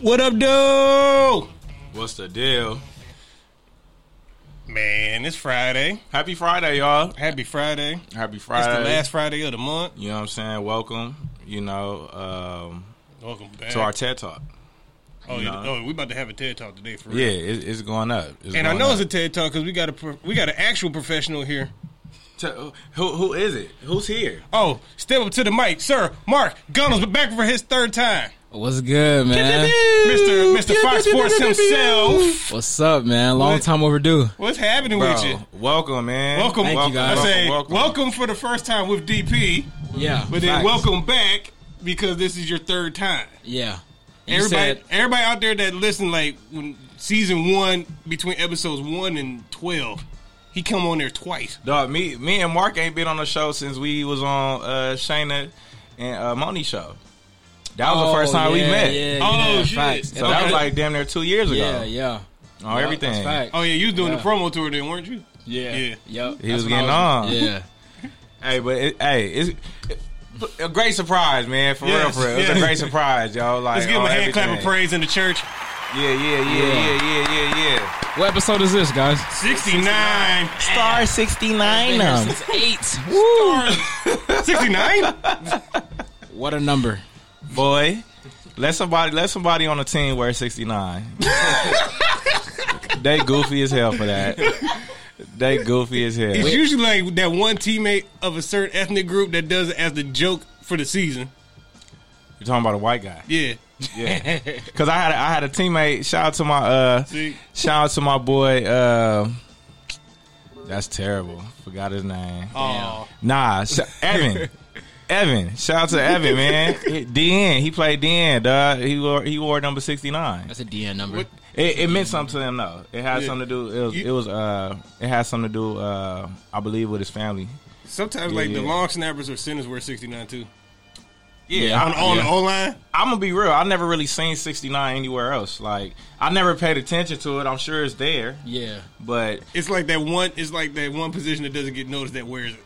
What up, dude? What's the deal? Man, it's Friday. Happy Friday, y'all. Happy Friday. Happy It's Friday. the last Friday of the month. You know what I'm saying? Welcome, you know, um, Welcome back. to our TED Talk. oh, yeah, no. oh, we about to have a TED Talk today for real. Yeah, it, it's going up. It's And I going know up. it's a TED Talk because we got a pro- we got an actual professional here. Te- who, who is it? Who's here? Oh, step up to the mic, sir. Mark Gunnels, but back for his third time. What's good, man? Mr. Mr. Fox Sports himself. What's up, man? Long What? time overdue. What's happening Bro, with you? welcome, man. Welcome, Thank you, guys. I say welcome. welcome. for the first time with DP, Yeah, but then Facts. welcome back because this is your third time. yeah. You Everybody, said- everybody out there that listened, like when season one between episodes one and twelve, he come on there twice. Dog, me, me and Mark ain't been on the show since we was on uh, Shayna and uh, Moni's show. That was Oh, the first time we yeah, met. Yeah, Oh, yeah, shit. facts. So Okay. that was like damn near two years ago. yeah, yeah. On Yeah, everything. That's fact. Oh yeah, you was doing Yeah. the promo tour then, weren't you? yeah, yeah. Yup. He was That's when getting I on. Yeah, Hey, but it, hey, it's it- a great surprise, man. For Yes, real, for real, it's yes. a great surprise, y'all. Like, Let's give him on a hand clap of everything. praise in the church. Yeah, yeah, yeah, yeah, yeah, yeah, yeah. what episode is this, guys? Sixty nine. Star sixty nine. Since eight. Woo! Sixty nine. What a number. Boy, let somebody let somebody on the team wear sixty nine. they goofy as hell for that. They goofy as hell. It's usually like that one teammate of a certain ethnic group that does it as the joke for the season. You're talking about a white guy. Yeah. Yeah. Cause I had a, I had a teammate. Shout out to my uh, See? shout out to my boy. Uh, that's terrible. Forgot his name. Oh. Nah, sh- Evan. Evan, shout out to Evan, man. DN, he played DN, dog. He wore he wore number sixty nine. That's a DN number. What- It, it meant something to him though. It had Yeah. something to do. It was You- it was uh it had something to do uh I believe with his family. Sometimes like the Yeah. long snappers or centers wear sixty nine too. Yeah. On on the Yeah. O line. I'm gonna be real. I never really seen sixty nine anywhere else. Like I never paid attention to it. I'm sure it's there, Yeah, but It's like that one. It's like that one position that doesn't get noticed that wears it.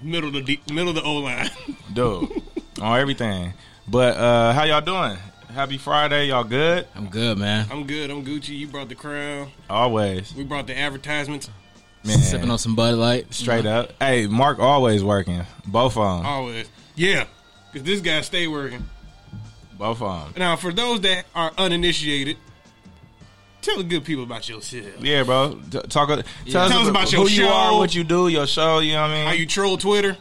Middle of the D, middle of the O line. dude, on everything. But uh how y'all doing? Happy Friday, y'all good? I'm good, man. I'm good. I'm Gucci. You brought the crown. Always, We brought the advertisements. man. Sipping on some Bud Light. Straight up. Hey, Mark always working. Both of them. Always. Yeah. Cause this guy stay working. Both of them. Now for those that are uninitiated, tell the good people about yourself. Yeah, bro. T- Talk. Tell, us, Tell us about who your you are, show. what you do, your show. You know what I mean? How you troll Twitter?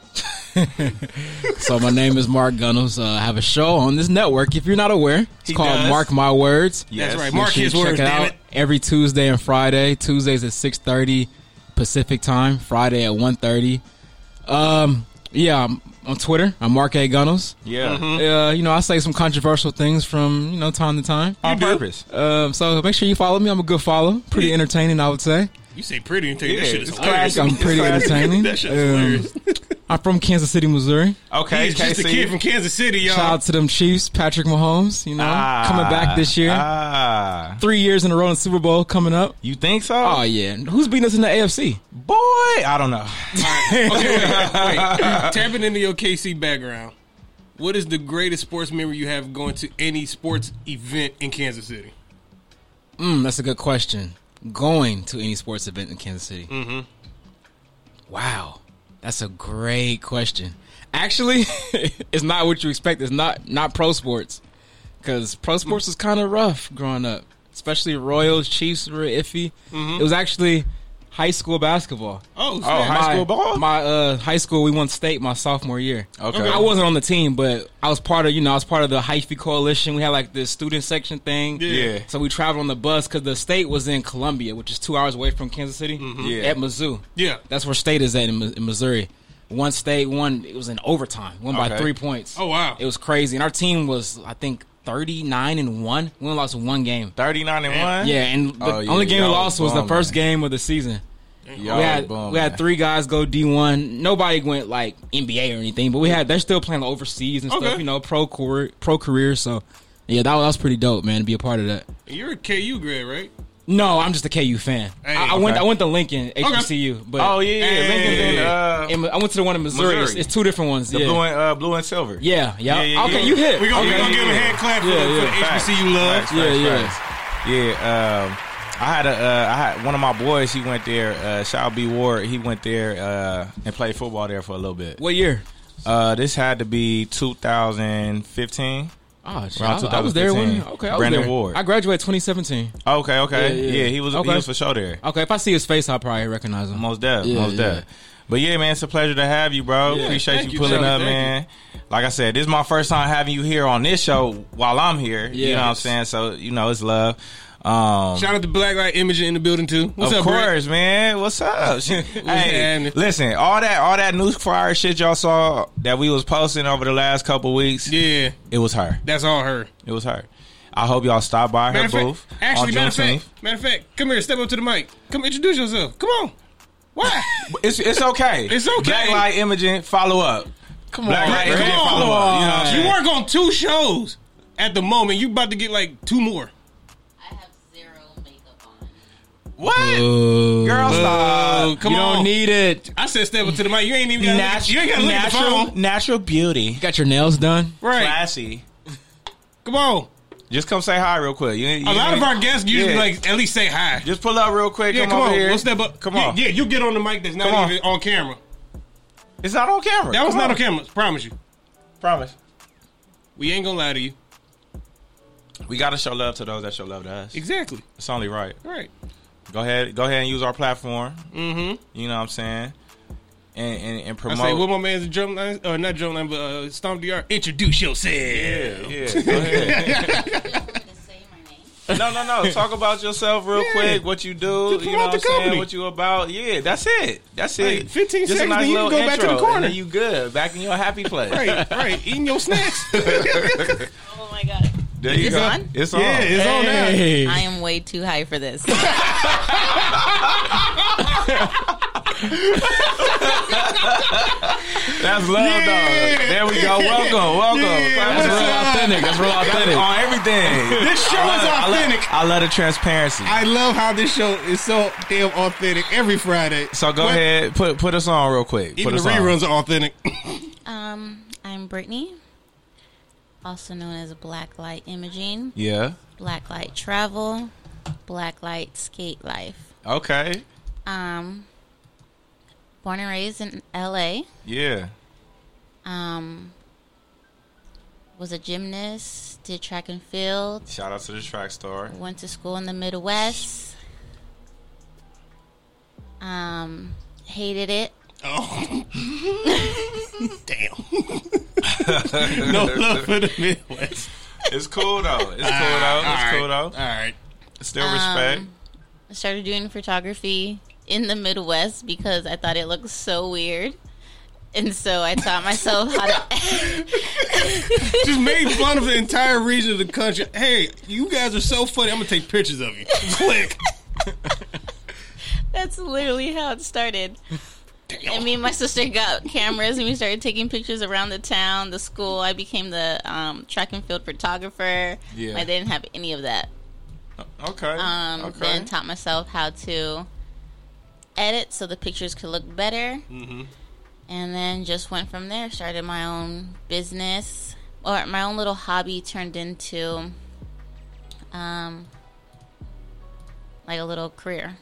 So my name is Mark Gunnels. Uh, I have a show on this network. If you're not aware, it's He called does. Mark My Words. Yes. That's right. Make Mark sure you his words. check it Damn out it. every Tuesday and Friday. Tuesdays at six thirty Pacific time. Friday at 1.30. Um, yeah, I'm on Twitter. I'm Mark A. Gunnels. Yeah. Mm-hmm. Uh, you know, I say some controversial things from you know time to time. On do. purpose. Um, so make sure you follow me. I'm a good follow. Pretty entertaining, I would say. You say pretty and tell you that Yeah, shit is it's hilarious. classic. I'm pretty That's entertaining. That shit's Um, hilarious. I'm from Kansas City, Missouri. Okay. He's just a KC. kid from Kansas City, y'all. Shout out to them Chiefs, Patrick Mahomes. You know, Ah, coming back this year. Ah. Three years in a row in Super Bowl coming up. You think so? Oh yeah, who's beating us in the AFC? Boy, I don't know. Okay, wait, wait. Tapping into your KC background, what is the greatest sports memory you have going to any sports event in Kansas City? Mm, that's a good question. Going to any sports event in Kansas City? Mm-hmm. Wow, that's a great question. Actually, it's not what you expect. It's not not pro sports because pro sports was kind of rough growing up, especially Royals, Chiefs were iffy. It was actually high school basketball. Oh, Oh, snap. Mm-hmm. high my, school ball? My uh, high school, we won state my sophomore year. Okay. I wasn't on the team, but I was part of you know I was part of the hyphy coalition. We had like this student section thing. Yeah. So we traveled on the bus because the state was in Columbia, which is two hours away from Kansas City. Mm-hmm. Yeah. At Mizzou. yeah. That's where state is at in, Mi- in Missouri. One state, one it was in overtime, won by Okay. three points. Oh, wow. It was crazy, and our team was I think thirty nine and one. We only lost one game. Thirty nine and one. Yeah, and the Oh, yeah, only game we y'all lost was the bum, first man. game of the season Y'all we had bum, we had man. three guys go D one. Nobody went like NBA or anything, but we had they're still playing overseas and Okay. stuff. You know, pro career, pro career. So yeah, that was, that was pretty dope, man. To be a part of that. You're a KU grad, right? No, I'm just a KU fan. Hey, I, I went. okay. I went to Lincoln HBCU, but Oh yeah, yeah. Hey. Lincoln's in uh, and I went to the one in Missouri. Missouri. It's, it's two different ones. the yeah. blue and uh, blue and silver. yeah, Yeah, yeah, yeah, Okay, yeah. you hit. We gonna, we Okay. gonna give him a hand clap for, Yeah, for yeah. the HBCU love. Facts, Yeah, facts, yeah. facts. Yeah, um, I had a, uh, I had one of my boys. He went there. Uh, Shout B Ward. He went there uh, and played football there for a little bit. What year? Uh, this had to be 2015. Oh, shit, I, Around was- I was there when. 2015. Okay, I was Brandon there. Ward. I graduated 2017. Okay, okay, Yeah, yeah, yeah. he was Okay. he was for sure there. Okay, if I see his face, I'll probably recognize him. Most deaf, Yeah, most yeah. deaf. But yeah, man, it's a pleasure to have you, bro. Yeah, Appreciate thank you you, pulling brother. up, Thank man. Like I said, this is my first time having you here on this show while I'm here. You know what I'm Yes. saying? So you know, it's love. Um, Shout out to Black Light Imaging in the building too. What's of up, Brett? course, man. What's up? hey, happening? listen, all that all that newsfire shit y'all saw that we was posting over the last couple weeks, Yeah, it was her. that's all her. It was her. I hope y'all stop by her Matter of fact- booth actually, on matter of Juneteenth. fact, matter of fact, come here, step up to the mic. Come introduce yourself. Come on. Why? It's it's okay. It's okay. Black Light Imaging, follow up. Come Black on, Light bro. Imaging, Come follow up. You know what I'm you saying? work on two shows at the moment. You about to get like two more. I have zero makeup on. What? Girl, Oh, stop. come you on. don't need it. You I said step up to the mic. You ain't even got Natu- you ain't got to look at the natural, phone. natural beauty. got your nails done. Right. Classy. Come on. Just come say hi real quick. You, you A lot of our guests usually Yeah. like at least say hi. Just pull up real quick. Yeah, come, come, over on. Here. We'll step up. Come Yeah, on. Yeah, you get on the mic that's not Come on. even on camera. It's not on camera. That was Come not on. on camera. Promise you. Promise. We ain't gonna lie to you. We gotta show love to those that show love to us. Exactly. It's only right. Right. Go ahead, go ahead and use our platform. Mm-hmm. You know what I'm saying, and and, and I promote. say, what my man's in drumline, uh, not drumline, but uh, Stomp DR. Introduce yourself. yeah, yeah. Go ahead. You no, don't want to say my name. no, no. Talk about yourself real Yeah. quick. What you do? To You promote know what I'm the saying? company. What you about? Yeah, that's it. That's it. Like, 15 Just a seconds, nice then you little can go back to the intro, and corner. then You good? Back in your happy place. Right, right. Eating your snacks. Oh my god. There you It's go. on? It's on. Yeah, it's on now. Hey. I am way too high for this. That's love, Yeah. dog. There we go. Welcome, welcome. Yeah, That's what's real up? authentic. That's real authentic on everything. This show I love is it. I love- authentic. I love, the transparency. I love how this show is so damn authentic every Friday. so go But ahead, put put us on real quick. Even put the us on. reruns are authentic. um, I'm Brittany, also known as Black Light Imaging, Yeah. Black Light Travel, Black Light Skate Life. Okay. Um, born and raised in LA. Yeah. Um, was a gymnast, did track and field, Shout out to the track star. went to school in the Midwest. Um, hated it. Oh. damn. no love for the Midwest. It's cool though. It's cool though. It's cool Ah, All though. right. Still respect. Um, I started doing photography in the Midwest because I thought it looked so weird. And so I taught myself how to. Just made fun of the entire region of the country. Hey, you guys are so funny. I'm gonna take pictures of you. Click. That's literally how it started. Damn. And me and my sister got cameras and we started taking pictures around the town, the school. I became the um, track and field photographer. Yeah. I didn't have any of that. okay. Um, okay. Then taught myself how to edit so the pictures could look better. Mm-hmm. And then just went from there. Started my own business or my own little hobby turned into um, like a little career.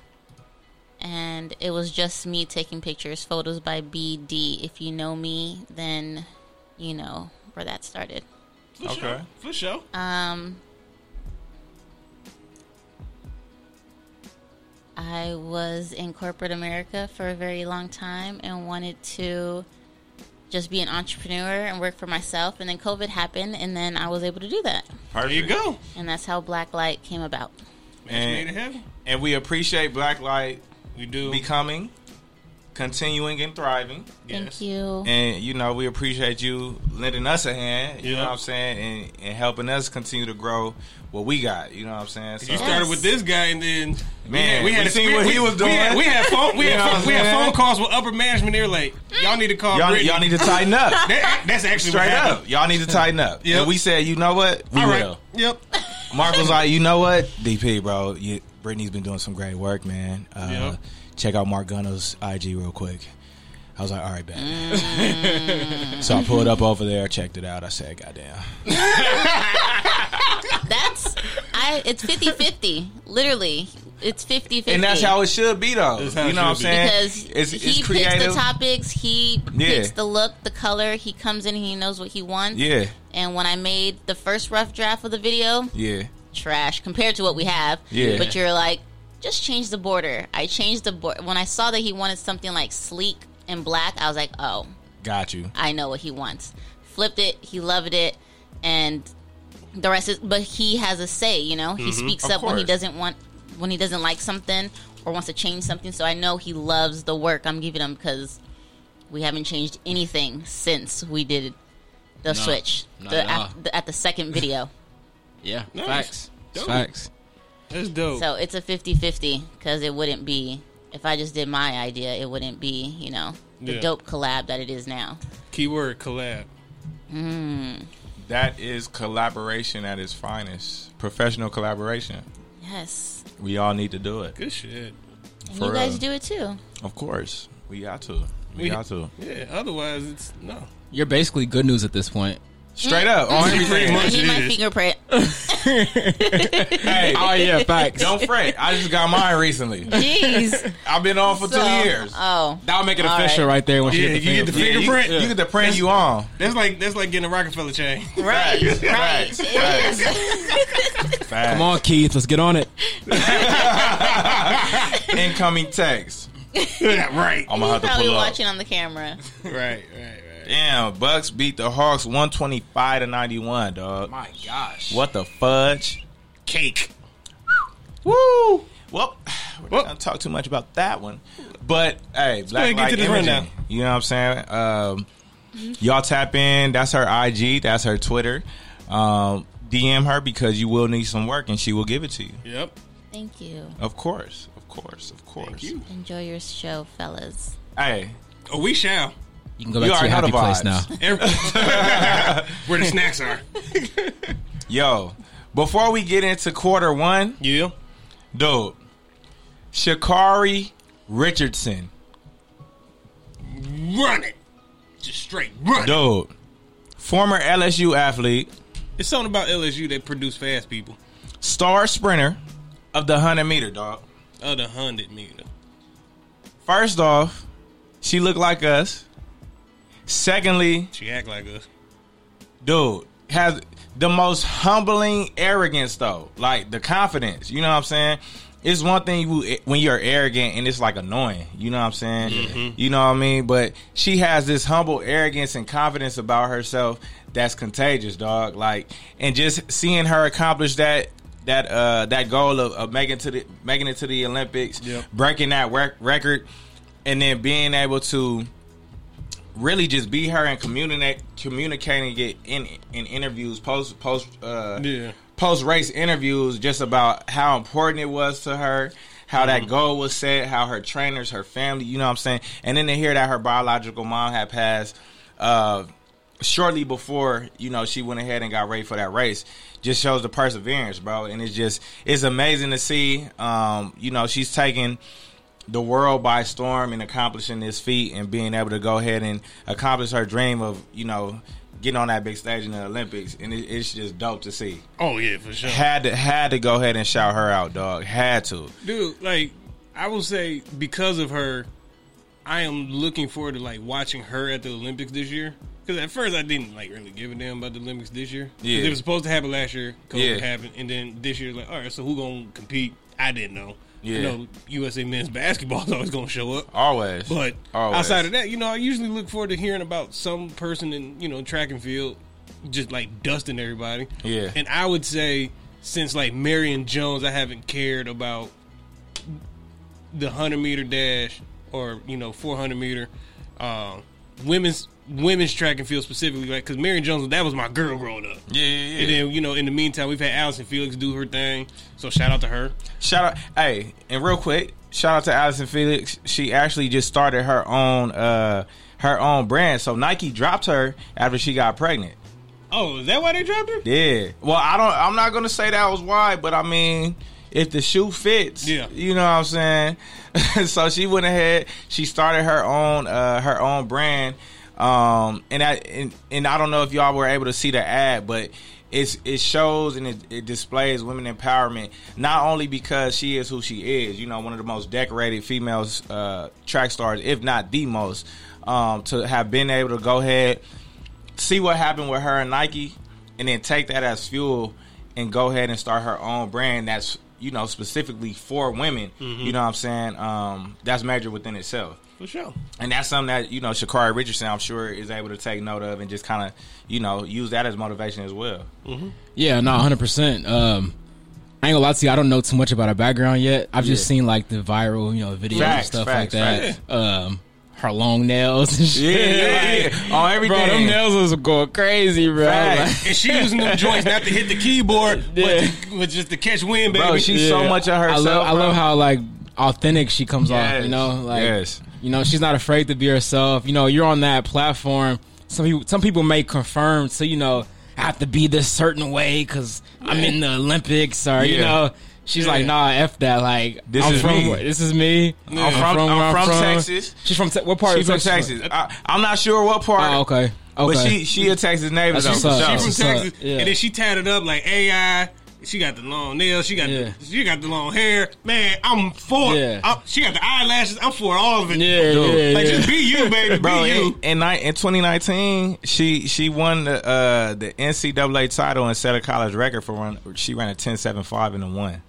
And it was just me taking pictures, photos by BD. If you know me, then you know where that started. For Okay. Sure. For sure. Um, I was in corporate America for a very long time and wanted to just be an entrepreneur and work for myself. And then COVID happened, and then I was able to do that. There you go. And that's how Black Light came about. Made it And, happen. and we appreciate Black Light We do. becoming, continuing, and thriving. Yes. Thank you. And you know, we appreciate you lending us a hand. You know Yeah. what I'm saying, and, and helping us continue to grow what we got. You know what I'm saying. So, You started with this guy, and then Man, we had, we had we a- seen what we- he was we doing. had- We had phone, we You had, know what phone, I'm we had saying? phone calls with upper management. They're like, y'all need to call. y'all, Brittany. y'all need to tighten up. That- that's actually Straight what up, happened. y'all need to tighten up. Yep. And we said, you know what, we All right. will. Yep. Mark was like, you know what, DP, bro, you, Brittany's been doing some great work, man. Uh, Yep. Check out Mark Gunner's IG real quick. I was like, all right, bet. Mm. so I pulled up over there, checked it out. I said, goddamn. That's I. It's 50-50. Literally, it's 50-50. And that's how it should be, though. That's You how know it what I'm should be. saying? because he picks the topics, he Yeah. picks the look, the color. He comes in, he knows what he wants. Yeah, And when I made the first rough draft of the video, yeah. trash compared to what we have. Yeah. But you're like, just change the border. I changed the border when I saw that he wanted something like sleek and black. I was like, oh, Got you. I know what he wants. Flipped it. He loved it, and the rest is. But he has a say. You know, he speaks of up when he course. doesn't want, when he doesn't like something or wants to change something. So I know he loves the work I'm giving him because we haven't changed anything since we did the switch Not the, at all. at, the, at the second video. Yeah, Nice. facts. Dope. Facts. That's dope. So it's a 50-50 because it wouldn't be if I just did my idea, it wouldn't be you know the Yeah. dope collab that it is now. Keyword collab. That is collaboration at its finest. Professional collaboration. Yes, We all need to do it. Good shit. and For you guys real. do it too. Of course. We got to. We, We- got to. Yeah. Otherwise, it's no. You're basically good news at this point. Straight up. On Pretty everything. much. I need my it is. fingerprint. Hey, Oh yeah, facts. don't fret. I just got mine recently. Jeez. I've been on for So- two years. Oh. That'll make it All official right, there when Yeah, you get the you get finger- the Yeah, you, fingerprint. you get the print you on. That's like that's like getting a Rockefeller chain. Right. Right. Facts. It Facts. is. Facts. Come on, Keith, let's get on it. Incoming text. yeah, right. I'm He's gonna have to probably pull up. watching on the camera. Right. Right. Right. Damn, Bucks beat the Hawks 125 to 91, dog. My gosh. What the fudge? Cake. Woo! Well, we're Well- not gonna talk too much about that one. But hey, go Black ahead and get Light to this Imaging. rundown. You know what I'm saying? Um, y'all tap in. That's her IG. That's her Twitter. Um, DM her because you will need some work and she will give it to you. Yep. Thank you. Of course, of course, of course. Thank you. Enjoy your show, fellas. Hey, Oh, we shall. You can go You back to already your know happy the place vibes. now. Every- Where the snacks are. yo! Before we get into quarter one, Yeah. dude, Shakari Richardson, Run it. Just straight run. it. dude, former LSU athlete, It's something about LSU that produce fast people. star sprinter of the hundred meter, dog. Oh, the hundred meter. First off, she looked like us. Secondly, She act like us. dude, has the most humbling arrogance though. Like the confidence, you know what I'm saying? It's one thing you, when you're arrogant and it's like annoying, you know what I'm saying? You know what I mean? But she has this humble arrogance and confidence about herself that's contagious, dog. Like and just seeing her accomplish that that uh that goal of, of making to the making it to the Olympics, Yep. breaking that rec- record and then being able to really just be her and communicate communicating it in in interviews post post uh Yeah. post race interviews just about how important it was to her how that goal was set how her trainers her family you know what i'm saying and then to hear that her biological mom had passed uh shortly before you know she went ahead and got ready for that race just shows the perseverance bro and it's just it's amazing to see um you know she's taking the world by storm and accomplishing this feat and being able to go ahead and accomplish her dream of you know getting on that big stage in the Olympics and it, it's just dope to see. Oh yeah, for sure. Had to had to go ahead and shout her out, dog. Had to. dude like i will say because of her i am looking forward to like watching her at the olympics this year because at first i didn't like really give a damn about the olympics this year 'Cause Yeah. it was supposed to happen last year covid Yeah. happened and then this year like all right so who gonna compete i didn't know Yeah. you know usa men's basketball is always gonna show up Always. but Always. outside of that you know i usually look forward to hearing about some person in you know track and field just like dusting everybody Yeah. and i would say since like marion jones i haven't cared about the 100 meter dash or you know 400 meter um, women's women's track and field specifically like because marion jones that was my girl growing up Yeah, yeah, and yeah. then you know in the meantime we've had allison felix do her thing so shout out to her Shout out hey, and real quick, shout out to Allison Felix. She actually just started her own uh her own brand. So Nike dropped her after she got pregnant. oh is that why they dropped her Yeah. Well, I don't. I'm not gonna say that was why, but I mean, if the shoe fits. Yeah. You know what I'm saying? so she went ahead, she started her own uh her own brand. Um and I and, and I don't know if y'all were able to see the ad, but it's it shows and it, it displays women empowerment not only because she is who she is, you know, one of the most decorated females uh track stars, if not the most, um to have been able to go ahead see what happened with her and Nike, and then take that as fuel and go ahead and start her own brand that's you know specifically for women. Mm-hmm. You know what I'm saying? Um, that's measured within itself. For sure. And that's something that you know Shakari Richardson, I'm sure, is able to take note of and just kind of you know use that as motivation as well. Yeah, no, hundred percent. Um, I ain't gonna lie to you. I don't know too much about her background yet. I've just Yeah. seen like the viral, you know, videos and Facts, stuff facts, like that. Um, her long nails and Yeah, shit. yeah, Like, yeah. on everything. Bro, them nails was going crazy, bro. Facts. Like, And she using them joints not to hit the keyboard, but, Yeah. to, but just to catch wind, baby. Bro, she's so much of herself. I love, I bro. love how like authentic she comes off. Yes. You know, like Yes. you know, she's not afraid to be herself. You know, you're on that platform. Some people, some people may confirm to you know I have to be this certain way because I'm in the Olympics or you Yeah. know. She's like, Yeah. nah, f that. Like, This I'm is from, me. where- This is me. I'm from, where I'm from Texas. She's from te- what part? She's of from Texas. I, I'm not sure what part. Oh, okay. Okay. But she she a Texas neighbor That's though. what's for from sure. up. She That's what's Texas, up. Yeah. and then she tatted up like AI. She got the long nails. She got Yeah. the, she got the long hair. Man, I'm for Yeah. it. I'm- she got the eyelashes. I'm for all of it. yeah, Dude. yeah, Like yeah. just be you, baby. Bro, be in, you. in, ni- in 2019, she she won the uh, the NCAA title and set a college record for run. She ran a 10.75 in the one.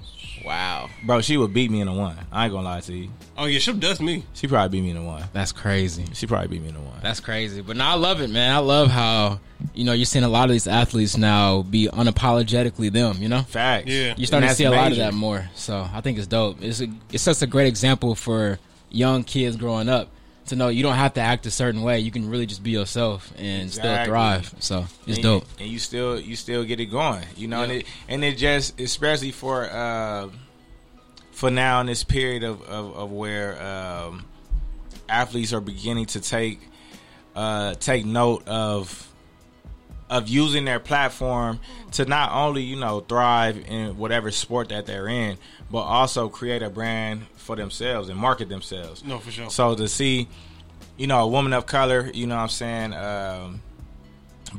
wow, Bro, she would beat me in the one. I ain't gonna lie to you. Oh yeah, she'll dust me. She probably beat me in the one. that's crazy. She probably beat me in the one. That's crazy. But no, I love it, man. I love how, you know, you're seeing a lot of these athletes now be unapologetically them, you know? Facts. Yeah. You're starting to that's see a lot of major. that more. So I think it's dope. It's, a, it's such a great example for young kids growing up to know you don't have to act a certain way. You can really just be yourself and still Exactly. thrive. So it's and dope. You, and you still you still get it going, you know. And it and it just especially for uh, for now in this period of of, of where um, athletes are beginning to take uh, take note of of using their platform to not only you know thrive in whatever sport that they're in, but also create a brand for themselves and market themselves. No, for sure. So to see, you know, a woman of color, you know what I'm saying, um,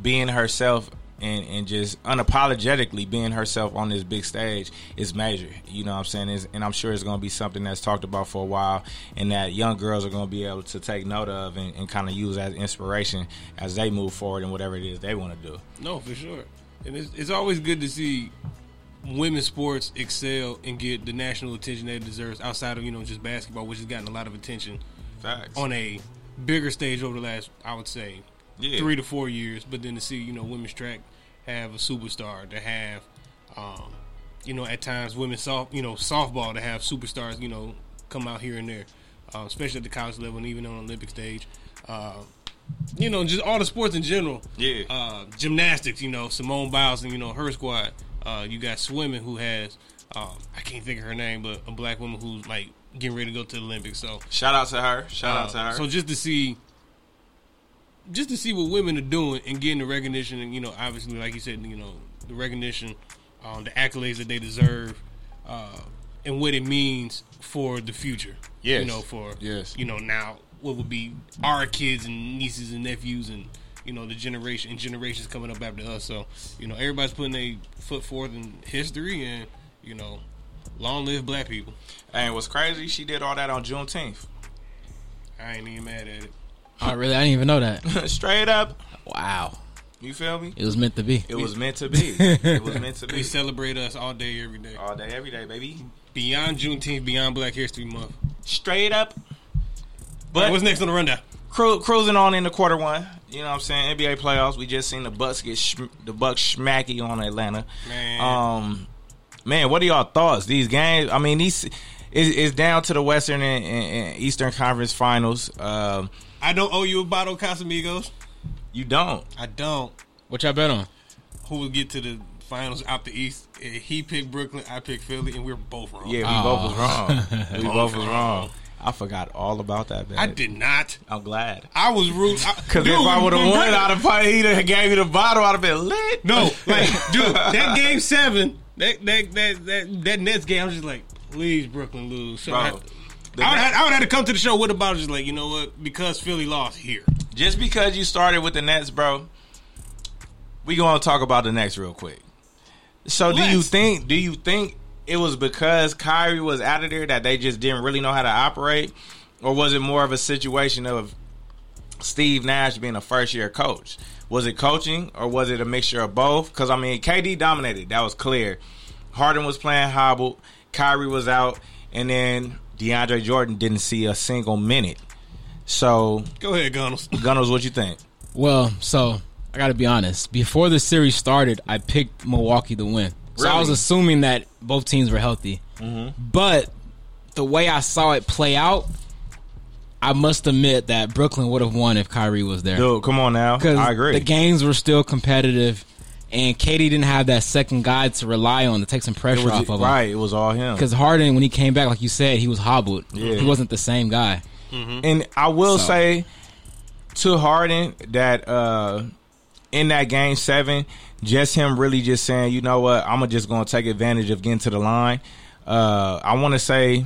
being herself and, and just unapologetically being herself on this big stage is major. You know what I'm saying? It's, and I'm sure it's going to be something that's talked about for a while and that young girls are going to be able to take note of and, and kind of use as inspiration as they move forward in whatever it is they want to do. No, for sure. And it's, it's always good to see women's sports excel and get the national attention that it deserves outside of you know just basketball, which has gotten a lot of attention Facts. on a bigger stage over the last, I would say, Yeah. three to four years. But then to see you know women's track have a superstar, to have um, you know at times women's soft you know softball to have superstars you know come out here and there, uh, especially at the college level and even on the Olympic stage. Uh, you know, just all the sports in general. Yeah. Uh, gymnastics, you know, Simone Biles and you know her squad. Uh, you got swimming, who has um, I can't think of her name, but a black woman who's like getting ready to go to the Olympics. So Shout out to her. Shout uh, So just to see, just to see what women are doing and getting the recognition, and you know, obviously, like you said, you know, the recognition, um, the accolades that they deserve, uh, and what it means for the future. Yes. you know, for Yes. you know, now what would be our kids and nieces and nephews and. You know the generation and generations coming up after us, so you know everybody's putting their foot forth in history, and you know, long live Black people. and what's crazy, she did all that on Juneteenth. I ain't even mad at it. Oh, really? I didn't even know that. Straight up. Wow. You feel me? It was meant to be. It was meant to be. It was meant to We be. celebrate us all day, every day. All day, every day, baby. Beyond Juneteenth, beyond Black History Month. Straight up. But But what's next on the rundown? cru- cruising on in the quarter one. You know what I'm saying? NBA playoffs. We just seen the Bucks get shm- the Bucks smacky on Atlanta. Man. Um, man, what are y'all thoughts? These games. I mean, these. It's, it's down to the Western and, and, and Eastern Conference Finals. Um, I don't owe you a bottle of Casamigos. you don't. I don't. What y'all bet on? Who will get to the finals out the East? Eh, He picked Brooklyn, I picked Philly, and we are both wrong. Yeah, we Oh. both was wrong. We both was wrong. wrong. I forgot all about that. Man. I did not. I'm glad. I was rude. Because if I would have won, I'd have probably he'd have gave you the bottle. I'd have been lit. No, like, dude, that game seven That that that that, that Nets game, I was just like, please Brooklyn lose. So I, had- Bro, the- I would have, I would have to come to the show with a bottle, just like you know what, because Philly lost here. just because you started with the Nets, bro, we gonna talk about the Nets real quick. So do you Let's. think do you think it was because Kyrie was out of there that they just didn't really know how to operate? Or was it more of a situation of Steve Nash being a first year coach? Was it coaching or was it a mixture of both? Because I mean KD dominated, that was clear. Harden was playing hobbled, Kyrie was out, and then DeAndre Jordan didn't see a single minute. So Go ahead, Gunnels. Gunnels, what you think? Well, so I got to be honest. Before the series started, I picked Milwaukee to win. So I was Really? Mm-hmm. assuming that both teams were healthy. But the way I saw it play out, I must admit that Brooklyn would have won if Kyrie was there. Dude, come on now. because I agree. the games were still competitive, and Katie didn't have that second guy to rely on to take some It pressure was- off of him. right, it was all him. Because Harden, when he came back, like you said, he was hobbled. Yeah. He wasn't the same guy. And I will So- say to Harden that uh in that game seven, just him really just saying, you know what, I'm just gonna take advantage of getting to the line. Uh I wanna say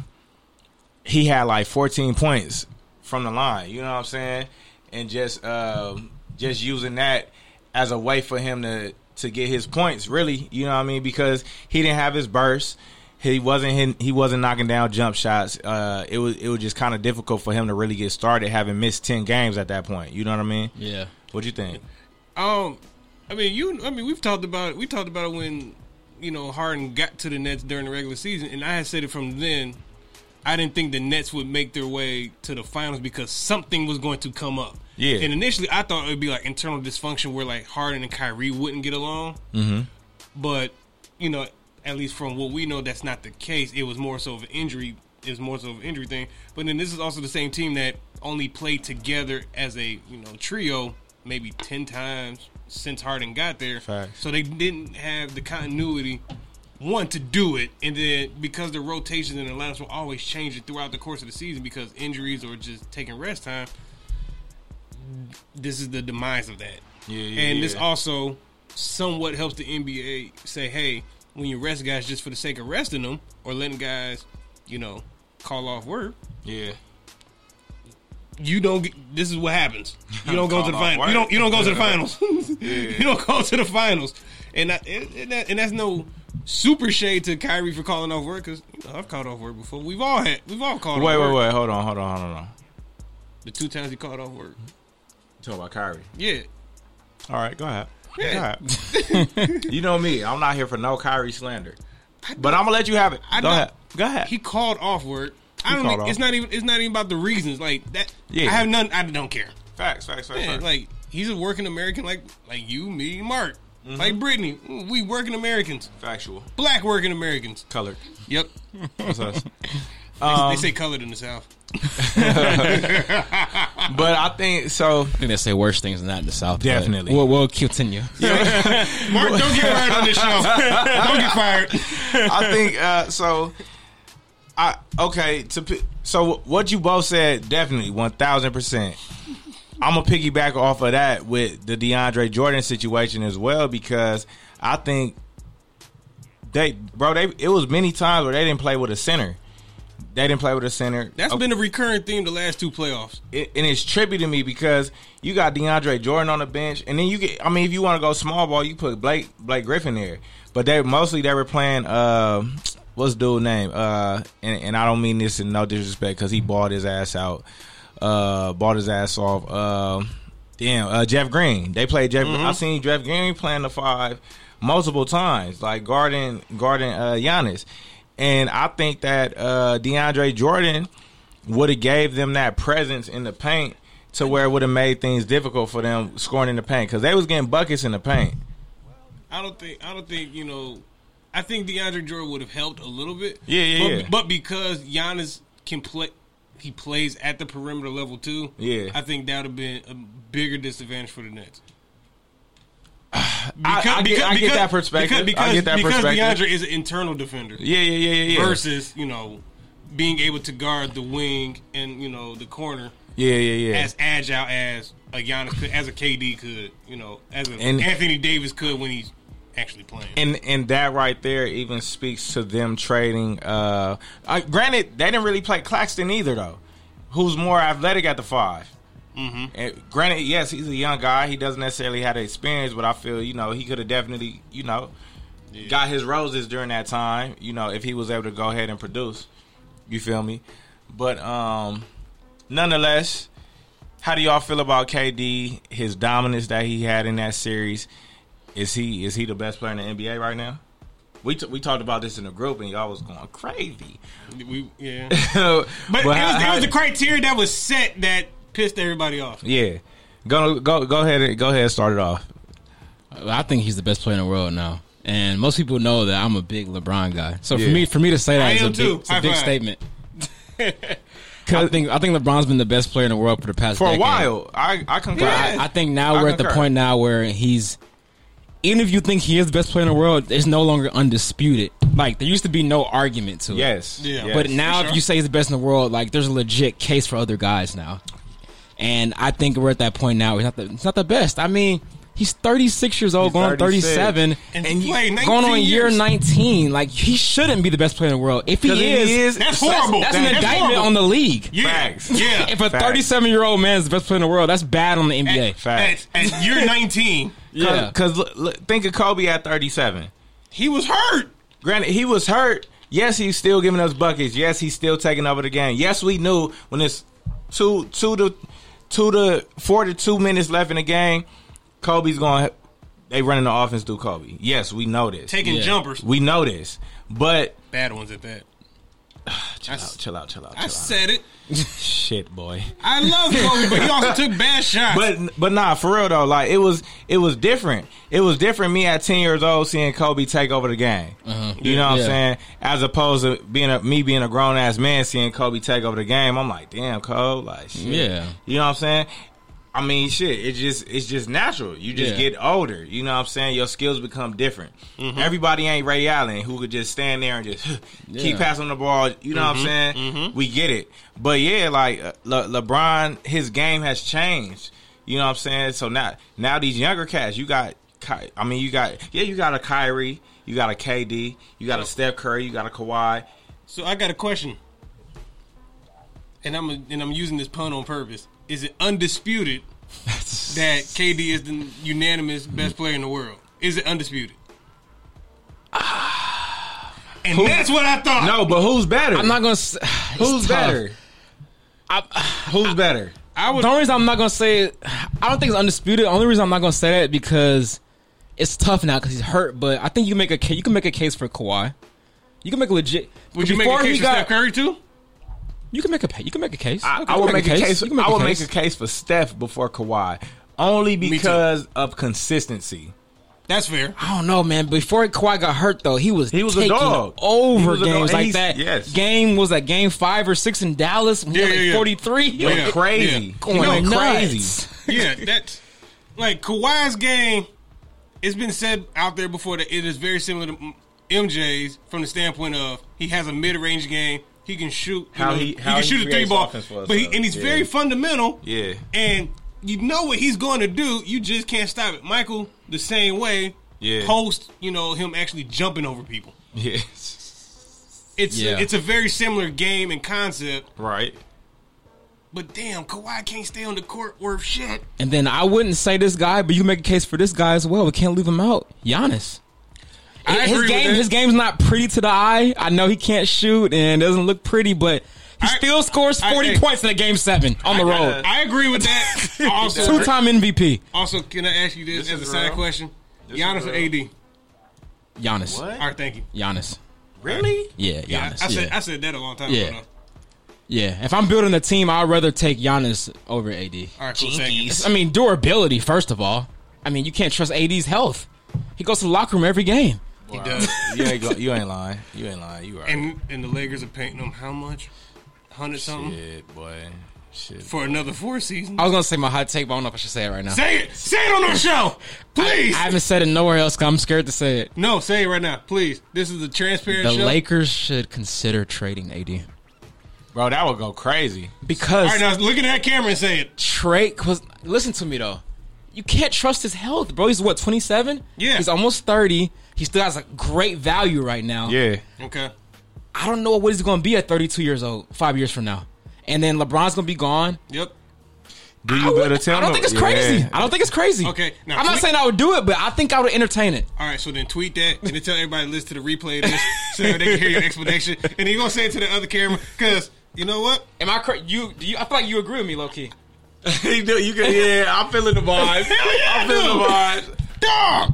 he had like 14 points from the line, you know what I'm saying? And just um just using that as a way for him to to get his points, really, you know what I mean? Because he didn't have his burst. He wasn't hitting, he wasn't knocking down jump shots. Uh, it was it was just kind of difficult for him to really get started, having missed ten games at that point. You know what I mean? Yeah. What you think? Um, I mean, you. I mean, we've talked about it. We talked about it when you know Harden got to the Nets during the regular season, and I had said it from then. I didn't think the Nets would make their way to the finals because something was going to come up. Yeah. And initially, I thought it would be like internal dysfunction where like Harden and Kyrie wouldn't get along. Mm-hmm. But you know, at least from what we know, that's not the case. It was more so of an injury. It was more so of an injury thing. But then this is also the same team that only played together as a you know trio maybe ten times since Harden got there. Facts. So they didn't have the continuity one to do it, and then because the rotations and the lineups will always change throughout the course of the season because injuries or just taking rest time. This is the demise of that, Yeah, yeah, and this yeah. also somewhat helps the NBA say, hey, when you rest guys just for the sake of resting them or letting guys, you know, call off work, Yeah. you don't. Get, this is what happens. You don't go to the Call off finals. You don't. You don't go to the finals. Yeah. you don't go to the finals. And I, and, and that, and that's no super shade to Kyrie for calling off work because you know, I've called off work before. We've all had. We've all called. Wait, off wait, work. wait. Hold on, hold on, hold on. The two times he called off work. Talk about Kyrie. Yeah. All right, go ahead. Yeah. Go ahead. you know me. I'm not here for no Kyrie slander. But I'm gonna let you have it. I go know- ahead. Go ahead. He called off work. I He don't. called think- off. It's not even. It's not even about the reasons. Like that. I Yeah. have none. I don't care. facts, facts, facts. Yeah, facts. like he's a working American. Like like you, me, Mark. Mm-hmm. Like Brittany. We working Americans. Factual. Black working Americans. Colored. Yep. That's us. Um, they say colored in the South. But I think so. I think they say worse things than that in the South. but Definitely. We'll, we'll continue. Mark, don't get fired on this show. don't get fired. I think uh, so. I okay. To pi- so what you both said definitely one thousand percent. I'm gonna piggyback off of that with the DeAndre Jordan situation as well because I think they bro they it was many times where they didn't play with a center. They didn't play with a center. That's Okay been a recurring theme the last two playoffs. it, and it's trippy to me because you got DeAndre Jordan on the bench, and then you get. I mean, if you want to go small ball, you put Blake Blake Griffin there. But they mostly they were playing. Uh, what's dude name? Uh, and, and I don't mean this in no disrespect because he balled his ass out. Uh, balled his ass off. Uh, damn, uh, Jeff Green. They played Jeff. I've seen Jeff Green playing the five multiple times, like guarding guarding uh, Giannis. And I think that uh, DeAndre Jordan would have gave them that presence in the paint to where it would have made things difficult for them scoring in the paint because they was getting buckets in the paint. I don't think. I don't think you know. I think DeAndre Jordan would have helped a little bit. Yeah, yeah, but, yeah. But because Giannis can play, he plays at the perimeter level too. Yeah. I think that would have been a bigger disadvantage for the Nets. I- I get- I get that perspective. I Because, because, get that because perspective. DeAndre is an internal defender. Yeah, yeah, yeah, yeah, yeah. versus you know being able to guard the wing and you know the corner yeah, yeah, yeah. as agile as a Giannis could, as a KD could, you know, as a And- Anthony Davis could when he's actually playing. and and that right there even speaks to them trading. Uh, uh, granted, they didn't really play Claxton either, though, who's more athletic at the 5 Mm-hmm. And granted, yes, he's a young guy. He doesn't necessarily have the experience, but I feel you know he could have definitely you know got his roses during that time. You know, if he was able to go ahead and produce, you feel me? But um, nonetheless, how do y'all feel about KD? His dominance that he had in that series is he is he the best player in the NBA right now? We t- we talked about this in the group and y'all was going crazy. We yeah. but But it, was, how- it how- was the criteria that was set that pissed everybody off. yeah. Go go go ahead and- go ahead and start it off. I think he's the best player in the world now, and most people know that I'm a big LeBron guy. So Yeah. for me, for me to say I that is a am big, too. it's a High big five. statement. I think I think LeBron's been the best player in the world for the past For a decade. while, I I concur. But I, I think now I we're at the concur. point now where he's. Even if you think he is the best player in the world, it's no longer undisputed. Like there used to be no argument to it. yes, Yeah. yes. But now, sure. if you say he's the best in the world, like there's a legit case for other guys now, and I think we're at that point now. He's not the, he's not the best. I mean, he's 36 years old, He's going 36. 37, And and, he played 19 going on year years. 19. Like he shouldn't be the best player in the world. If he 'Cause is, That's horrible. that's an That's indictment horrible. on the league. Yeah, Facts. yeah. If a Facts. 37 year old man is the best player in the world, that's bad on the NBA. Facts. At, at year nineteen, Yeah. because think of Kobe at thirty seven. he was hurt. Granted, he was hurt. Yes, he's still giving us buckets. Yes, he's still taking over the game. Yes, we knew when it's two two to two to four to two minutes left in the game, Kobe's going. to They running the offense through Kobe. Yes, we know this. Taking Yeah. jumpers, we know this. But bad ones at that. chill I out, s- chill out, chill out, I chill out. said it. Shit, boy. I love Kobe, but he also took bad shots. But but nah, for real though, like it was it was different. It was different. Me at ten years old, seeing Kobe take over the game. You know what Uh-huh. Yeah. I'm saying? As opposed to being a, me being a grown ass man, seeing Kobe take over the game, I'm like, damn, Kobe, like, shit. Yeah. You know what I'm saying? I mean, shit. It's just it's just natural. You just Yeah. Mm-hmm. get older. You know what I'm saying? Your skills become different. Everybody ain't Ray Allen who could just stand there and just Yeah. Mm-hmm. keep passing the ball. You know what I'm saying? We get it. But yeah, like uh, Le- LeBron, his game has changed. You know what I'm saying? So now now these younger cats, you got. Ky- I mean, you got yeah, you got a Kyrie, you got a KD, you got a Steph Curry, you got a Kawhi. so I got a question, and I'm a, and I'm using this pun on purpose. Is it undisputed that KD is the unanimous best player in the world? Is it undisputed? And that's what I thought. No, but who's better? I'm not gonna. s- it's Who's tough. better? who's better? I would. The only reason I'm not gonna say it- I don't think it's undisputed. The only reason I'm not gonna say that because it's tough now because he's hurt. But I think you make a ca- you can make a case for Kawhi. You can make a legit. Would you make before a he case for got- Steph Curry too? You can make a pa- you can make a case. I, Okay, I you would can make a case. You can make I would a make a case for Steph before Kawhi, only too. because of consistency. That's fair. I don't know, man. Before Kawhi got hurt, though, he was He was a taking dog. He over was a dog. games And like he's- that. yes. Game was that game five or six in Dallas. when he Yeah, had, like yeah, yeah. 43. He went Yeah. crazy. Going He went nuts. crazy. yeah, that's like Kawhi's game. It's been said out there before that it is very similar to MJ's from the standpoint of he has a mid-range game. He can shoot. you How know, he- how can he shoot a three creates ball, offense for us, but he, though. and he's Yeah. very fundamental. Yeah. and you know what he's going to do. You just can't stop it. Michael the same way. Yeah. post you know him actually jumping over people. Yes, It's Yeah. it's a very similar game and concept, right. but damn, Kawhi can't stay on the court worth shit. And then I wouldn't say this guy, but you make a case for this guy as well. We can't leave him out. Giannis. I his agree with game, that. his game's not pretty to the eye. I know he can't shoot and it doesn't look pretty, but he I- still scores I- forty hey. points in a game seven on the road. I agree with that. also, Two time MVP, Also, can I ask you this, This as a is side real. question? This Giannis is or real. AD? Giannis. All right, thank you. Giannis. Really? Yeah, Giannis. Yeah, I, I said yeah. I said that a long time Yeah. ago. though. yeah. If I'm building a team, I'd rather take Giannis over AD. All right, cool. thank you. I mean, durability first of all. I mean, you can't trust AD's health. He goes to the locker room every game. He does. you, ain't go, you ain't lying. You ain't lying. You are. And and the Lakers are painting him how much? Hundred something Shit, boy. Shit. for another four seasons. I was gonna say my hot take, but I don't know if I should say it right now. say it. Say it on our show, please. I haven't said it nowhere else. i I'm scared to say it. no, say it right now, please. This is a transparent The show. Lakers should consider trading AD Bro, that would go crazy. All because right, now look at that camera and say it. trade was. Listen to me though. you can't trust his health, bro. He's what twenty seven. Yeah. he's almost thirty. He still has a great value right now. Yeah. Okay. I don't know what he's going to be at thirty two years old, five years from now, and then LeBron's going to be gone. Yep. Do you I, go to would, town? I don't or- think it's crazy. Yeah. I don't think it's crazy. Okay, now I'm not tweet- saying I would do it, but I think I would entertain it. All right, so then tweet that and then tell everybody to listen to the replay of this so they can hear your explanation. And then you're going to say it to the other camera because you know what? Am I cra- you? Do you? I feel like you agree with me, low key. you do- you can, yeah, I'm feeling the vibes. I'm feeling the vibes. Dog.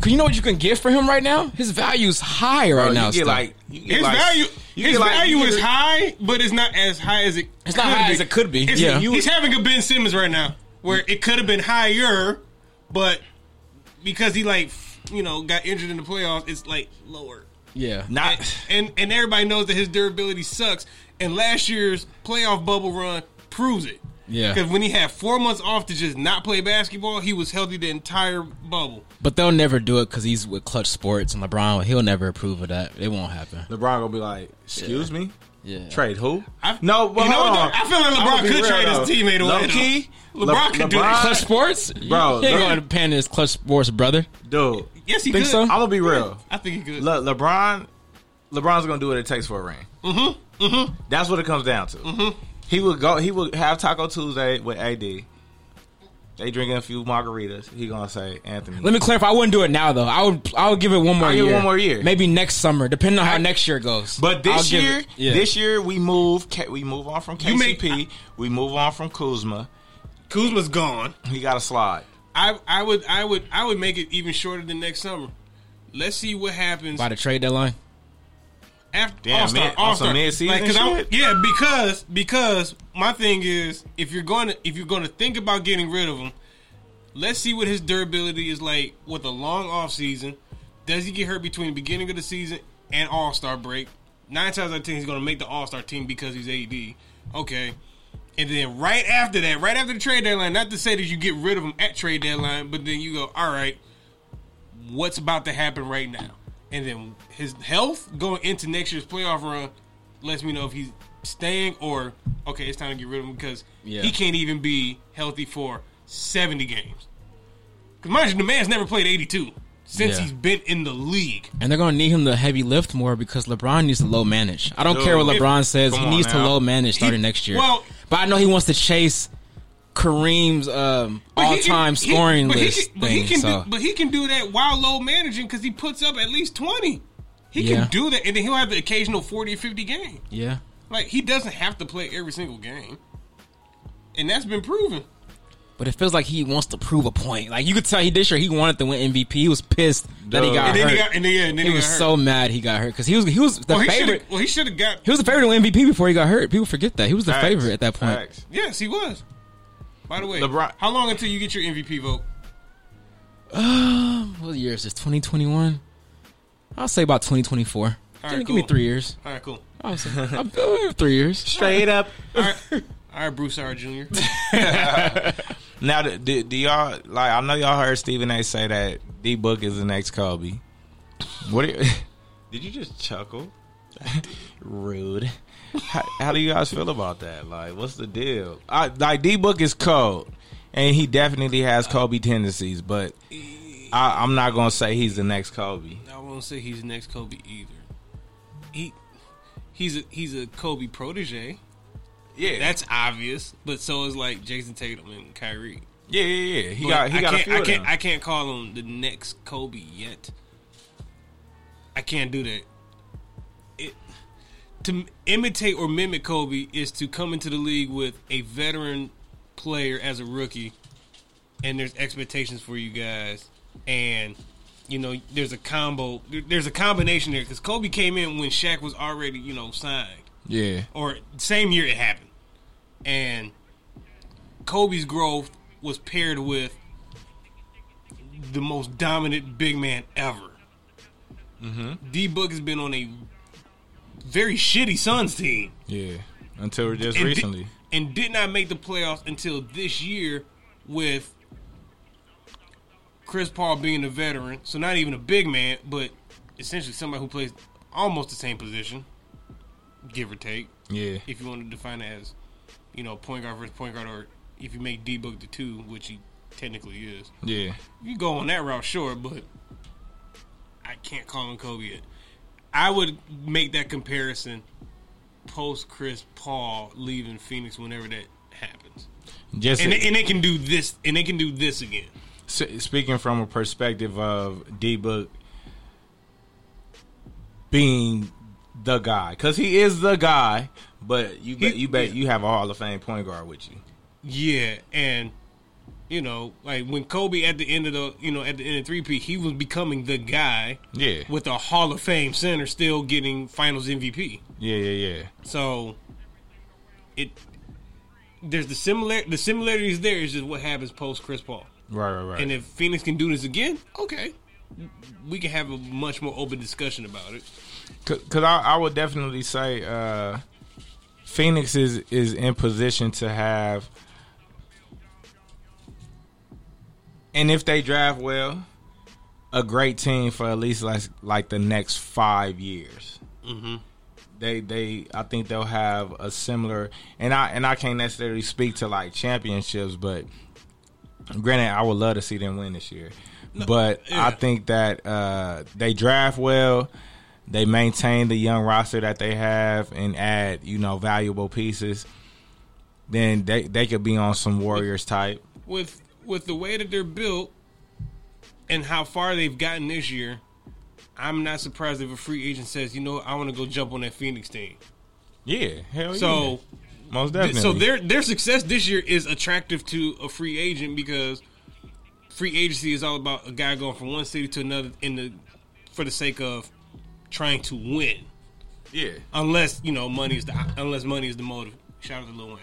Cause you know what you can get for him right now? His value's high right Bro, now. you still. get like you get His like- value. you his get like- value you is get- high, but it's not as high as it. It's not high as it could be. It's- Yeah. he's having a Ben Simmons right now, where it could have been higher, but because he like you know got injured in the playoffs, it's like lower. yeah, Not And and everybody knows that his durability sucks. And last year's playoff bubble run proves it. Yeah. because when he had four months off to just not play basketball, he was healthy the entire bubble. but they'll never do it because he's with Clutch Sports and LeBron. He'll never approve of that. It won't happen. LeBron gonna be like, excuse me, Yeah. trade who? I- no, well, you know hold what, on. though? I feel like I'm LeBron gonna be could real, trade his though. teammate away, Low key, though. LeBron could do LeBron- that. Clutch Sports, Bro, You ain't look- going to pan his Clutch Sports brother. Dude, Yes, he Think could. so? I'm gonna be real. I think he could. Le- LeBron, LeBron's gonna do what it takes for a ring. Mm-hmm. Mm-hmm. That's what it comes down to. Mm-hmm. He would go. He would have Taco Tuesday with AD. They drinking a few margaritas. He gonna say, Anthony. Let me clarify. I wouldn't do it now though. I would. I would give it one more. I'll give year. it one more year. Maybe next summer, depending on how next year goes. but I'll this give year, it- yeah. this year we move. K- We move on from You make- KCP. we move on from Kuzma. Kuzma's gone. He got a slide. I I would I would I would make it even shorter than next summer. Let's see what happens by the trade deadline. after Damn, All Star. mid- All Star. also mid-season shit? yeah, because because my thing is if you're going to if you're going to think about getting rid of him, let's see what his durability is like with a long off season. Does he get hurt between the beginning of the season and All Star break? Nine times out of ten, he's going to make the All Star team because he's AD. Okay. And then right after that, right after the trade deadline, not to say that you get rid of him at trade deadline, but then you go, all right, what's about to happen right now? And then his health going into next year's playoff run lets me know if he's staying or okay, it's time to get rid of him because Yeah. he can't even be healthy for seventy games. Because mind you, the man's never played eighty-two since Yeah. he's been in the league. And they're gonna need him to heavy lift more because LeBron needs to low manage. I don't Dude, care what LeBron if- says; come he on needs now. to low manage starting He- next year. well- but I know he wants to chase Kareem's um, But he can- all-time he- scoring but he list can- but he thing. can so do, but he can do that while low managing because he puts up at least twenty. He Yeah. can do that, and then he'll have the occasional forty or fifty game. yeah, Like he doesn't have to play every single game, and that's been proven. but it feels like he wants to prove a point. Like you could tell he this year he wanted to win MVP. He was pissed that he Duh. got And then hurt. he got, and then, yeah, and then he got was hurt. so mad he got hurt because he was he was the Well, he favorite. should. Well, he should have got. He was the favorite to win MVP before he got hurt. People forget that he was the Facts. favorite at that point. Facts. Yes, he was. By the way, LeBron- how long until you get your MVP vote? What year is this? Twenty twenty one. I'll say about twenty twenty four. All Give right, me- give me cool. three years. All right, cool. I'll say, I'll give it three years. Straight up. All right, all right, Bruce R. Jr. Now, do, do, do y'all like? I know y'all heard Stephen A. say that D Book is the next Kobe. What? Are you, did you just chuckle? Rude. How, how do you guys feel about that? Like, what's the deal? I, like, D Book is cold, and he definitely has Kobe tendencies, but I, I'm not gonna say he's the next Kobe. I won't say he's the next Kobe either. He he's a he's a Kobe protege. Yeah, That's obvious. But so is like Jason Tatum and Kyrie. yeah, yeah, yeah. He But got, he I got a can't, few I of can't them. I can't call him the next Kobe yet. I can't do that. It to m- imitate or mimic Kobe is to come into the league with a veteran player as a rookie, and there's expectations for you guys, and you know there's a combo, there- there's a combination there because Kobe came in when Shaq was already you know signed yeah, or same year it happened. And Kobe's growth was paired with the most dominant big man ever. D Book has been on a very shitty Suns team yeah. Until just and di- recently. and did not make the playoffs until this year with Chris Paul being a veteran. So not even a big man, but essentially somebody who plays almost the same position, give or take yeah, if you want to define it as, you know, point guard versus point guard, or if you make D Book the two, which he technically is. Yeah. You go on that route, sure, but I can't call him Kobe yet. I would make that comparison post Chris Paul leaving Phoenix whenever that happens, Just and they, and they can do this, and they can do this again. S- speaking from a perspective of D Book being the guy, because he is the guy. But you bet, He- you bet yeah. you have a Hall of Fame point guard with you. Yeah, and you know, like when Kobe at the end of the, you know, at the end of three P, he was becoming the guy Yeah, with a Hall of Fame center still getting Finals MVP. yeah, yeah, yeah. So it there's the similar the similarities there is just what happens post Chris Paul. Right, right, right. And if Phoenix can do this again, okay, we can have a much more open discussion about it. Because I, I would definitely say uh, Phoenix is is in position to have, and if they draft well, a great team for at least like like the next five years. They they I think they'll have a similar and I and I can't necessarily speak to like championships, but granted, I would love to see them win this year. but yeah. I think that uh, they draft well they maintain the young roster that they have and add, you know, valuable pieces, then they they could be on some Warriors type. With with the way that they're built and how far they've gotten this year, I'm not surprised if a free agent says, you know, what, I want to go jump on that Phoenix team. Yeah, hell So Oh, yeah. most th- definitely. so their their success this year is attractive to a free agent because free agency is all about a guy going from one city to another in the for the sake of trying to win. yeah, Unless you know money is the unless money is the motive. Shout out to Lil Wayne.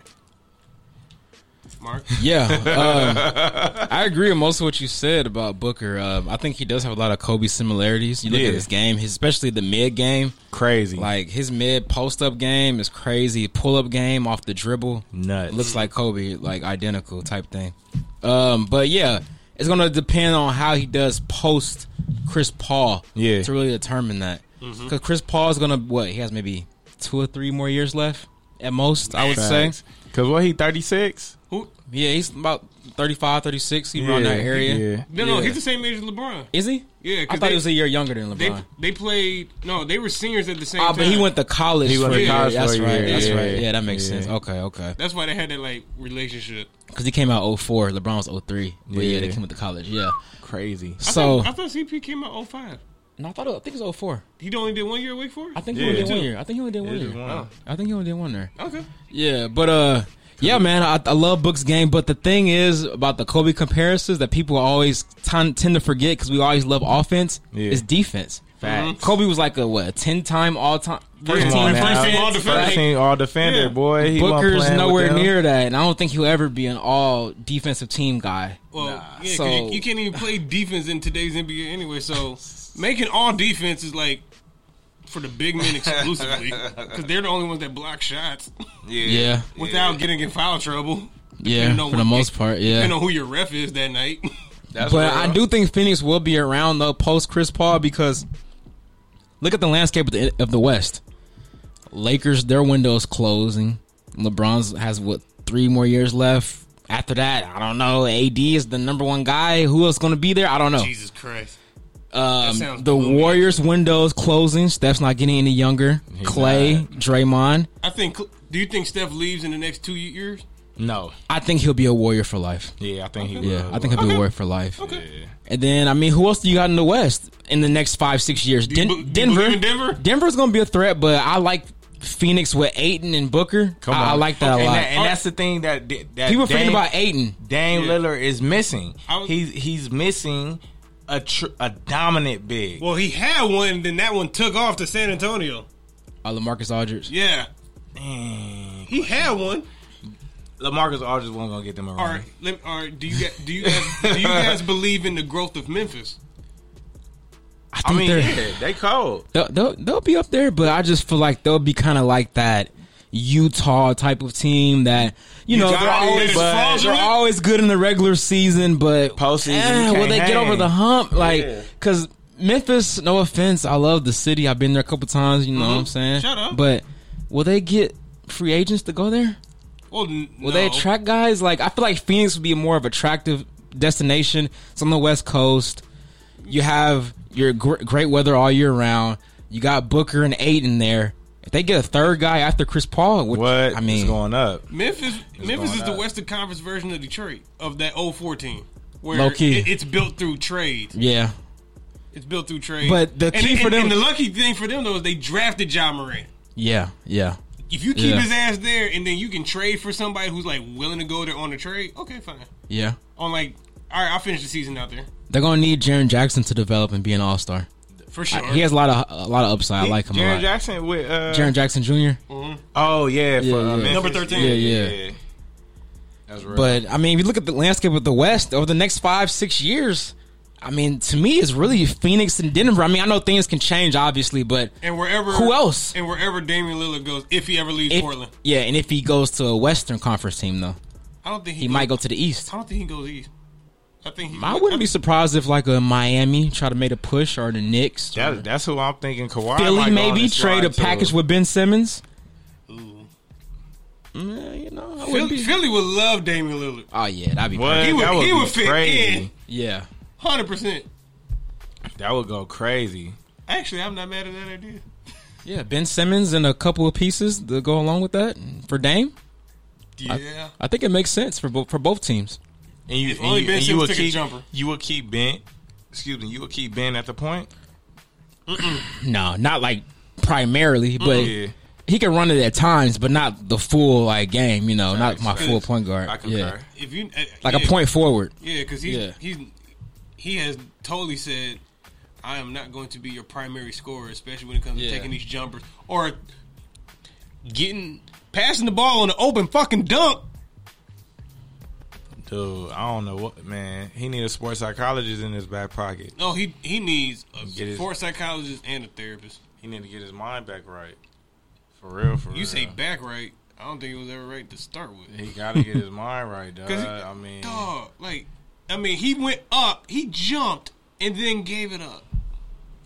Mark, Yeah, um, I agree with most of what you said about Booker. Um, I think he does have a lot of Kobe similarities. You look Yeah. at his game, his, especially the mid game. crazy, like Like his mid post up game is crazy. Pull up game off the dribble nuts. looks like Kobe, like identical type thing. Um, but yeah, it's gonna depend on how he does post Chris Paul. Yeah. Mm-hmm. to really determine that because Chris Paul is gonna what he has maybe two or three more years left at most. I would say. because what he thirty six. who? Yeah, he's about 35, 36. He's around that area. Yeah, No, no, he's the same age as LeBron. Is he? Yeah, 'cause I thought they- he was a year younger than They LeBron. they played. No, they were seniors at the same Ah, time. but he went to college. He went for to a year. college for That's a right. year. That's Yeah. right. Yeah, that makes Yeah. sense. Okay, okay. That's why they had that like relationship. Because he came out 04. LeBron was 03. But yeah, Yeah. they came to college. Yeah. crazy. I So thought, I thought CP came out 05. no, I thought it, I think it was 04. He only did one year at Wake Forest. I think he Yeah. only did one year. I think he only did one It is year. one. I think he only did one there. Oh. okay. Yeah, but uh, yeah, man, I, I love Book's game. But the thing is about the Kobe comparisons that people always ton, tend to forget because we always love offense Yeah. is defense. Facts. Kobe was like a what a ten time all time first Come Come on team First now. team all First defender. team all defender, Yeah. boy. He wasn't Booker's playing with nowhere them. near that, and I don't think he'll ever be an all defensive team guy. Well, yeah, 'cause so- you, you can't even play defense in today's NBA anyway. So making all defense is like for the big men exclusively because they're the only ones that block shots Yeah, without getting in foul trouble. yeah, on for the what- most part, yeah. Depending on who your ref is that night. That's But real. I do think Phoenix will be around though post Chris Paul because look at the landscape of the, of the West. Lakers, their window is closing. LeBron's has what three more years left. After that, I don't know. AD is the number one guy. Who else going to be there? I don't know. Jesus Christ! Um, sounds the gloomy. Warriors' window is closing. Steph's not getting any younger. Clay, Draymond. I think. Do you think Steph leaves in the next two years? no. I think he'll be a Warrior for life. Yeah, I think he. Yeah, will. I think he'll be Okay. a Warrior for life. Okay. And then, I mean, who else do you got in the West in the next five, six years? you Den- be- do you Denver. believe in Denver? Denver's going to be a threat, but I like Phoenix with Aiton and Booker. Come I, on. I like that a and, lot. that- and that's the thing that that People forget Dame- about Aiton. Dame Yeah. Lillard is missing. I was- he's he's missing a tr- a dominant big. Well, he had one, then that one took off to San Antonio. Uh, LaMarcus Aldridge. Yeah, Dang. he had one. LaMarcus Aldridge wasn't gonna get them around. All right, let, all right. Do you guys, do you guys, do you guys believe in the growth of Memphis? I I think mean, they're, yeah, they cold. they'll, they'll, they'll be up there, but I just feel like they'll be kind of like that Utah type of team that, you, know, got they're it, always, but- they're always good in the regular season, but Postseason, eh, you will can't they get hang. over the hump? Like, Yeah. because Memphis, no offense, I love the city. I've been there a couple times, you know Mm-hmm. what I'm saying? Shut up. But will they get free agents to go there? Well, n- Will they no. attract guys? Like, I feel like Phoenix would be a more of attractive destination. It's on the West Coast. You have your gr- great weather all year round. You got Booker and Aiden there. If they get a third guy after Chris Paul, which, What I mean, is going up? Memphis, Memphis going is the up. Western Conference version of Detroit of that 014. Where Low key. It, it's built through trade. yeah, It's built through trade. But the and, key and- for them- and the lucky thing for them though is they drafted John Moran. yeah, yeah. If you keep Yeah. his ass there, and then you can trade for somebody who's like willing to go there on the trade, okay, fine. Yeah. On like, all right, I'll finish the season out there They're gonna need Jaron Jackson to develop and be an all star. for sure. He has a lot of a lot of upside. I like him a Jaron lot. Jackson with uh, Jaron Jackson Jr. Mm-hmm. Oh yeah, for, Yeah, uh, yeah. Memphis. Number 13. Yeah, yeah. That's right. But I mean, if you look at the landscape of the West over the next five, six years, I mean, to me, it's really Phoenix and Denver. I mean, I know things can change, obviously, but and wherever Who else? And wherever Damian Lillard goes, if he ever leaves if, Portland, yeah, and if he goes to a Western Conference team, though, I don't think he, he goes- might go to the East. I don't think he goes east. I think he. I wouldn't be surprised if like a Miami try to make a push or the Knicks. or That, that's who I'm thinking. Kawhi, might Philly go on maybe this trade a ride, too. package with Ben Simmons. Ooh. Mm, you know, I wouldn't Philly, be- Philly would love Damian Lillard. Oh yeah, that'd be What? perfect. He would, that would he be would fit crazy. in yeah. hundred percent. That would go crazy. Actually, I'm not mad at that idea. Yeah, Ben Simmons and a couple of pieces to go along with that for Dame. Yeah, I think it makes sense for both for both teams. And you, If and only you, Ben and you Simmons would took a keep jumper. You would keep Ben. Excuse me. You would keep Ben at the point. No, not like primarily, but Mm. Yeah. he can run it at times, but not the full like game. You know, not my Facts. full point guard. I concur. Yeah, if you uh, like yeah. a point forward. Yeah, because he's, Yeah. he's he has totally said, "I am not going to be your primary scorer, especially when it comes Yeah. to taking these jumpers or getting passing the ball on an open fucking dunk." Dude, I don't know what man. He need a sports psychologist in his back pocket. No, he he needs a Get his- sports psychologist and a therapist. He need to get his mind back right. For real. For You real. say back right? I don't think it was ever right to start with. He gotta get his mind right, dog. 'Cause he- I mean, dog, like I mean, he went up, he jumped, and then gave it up.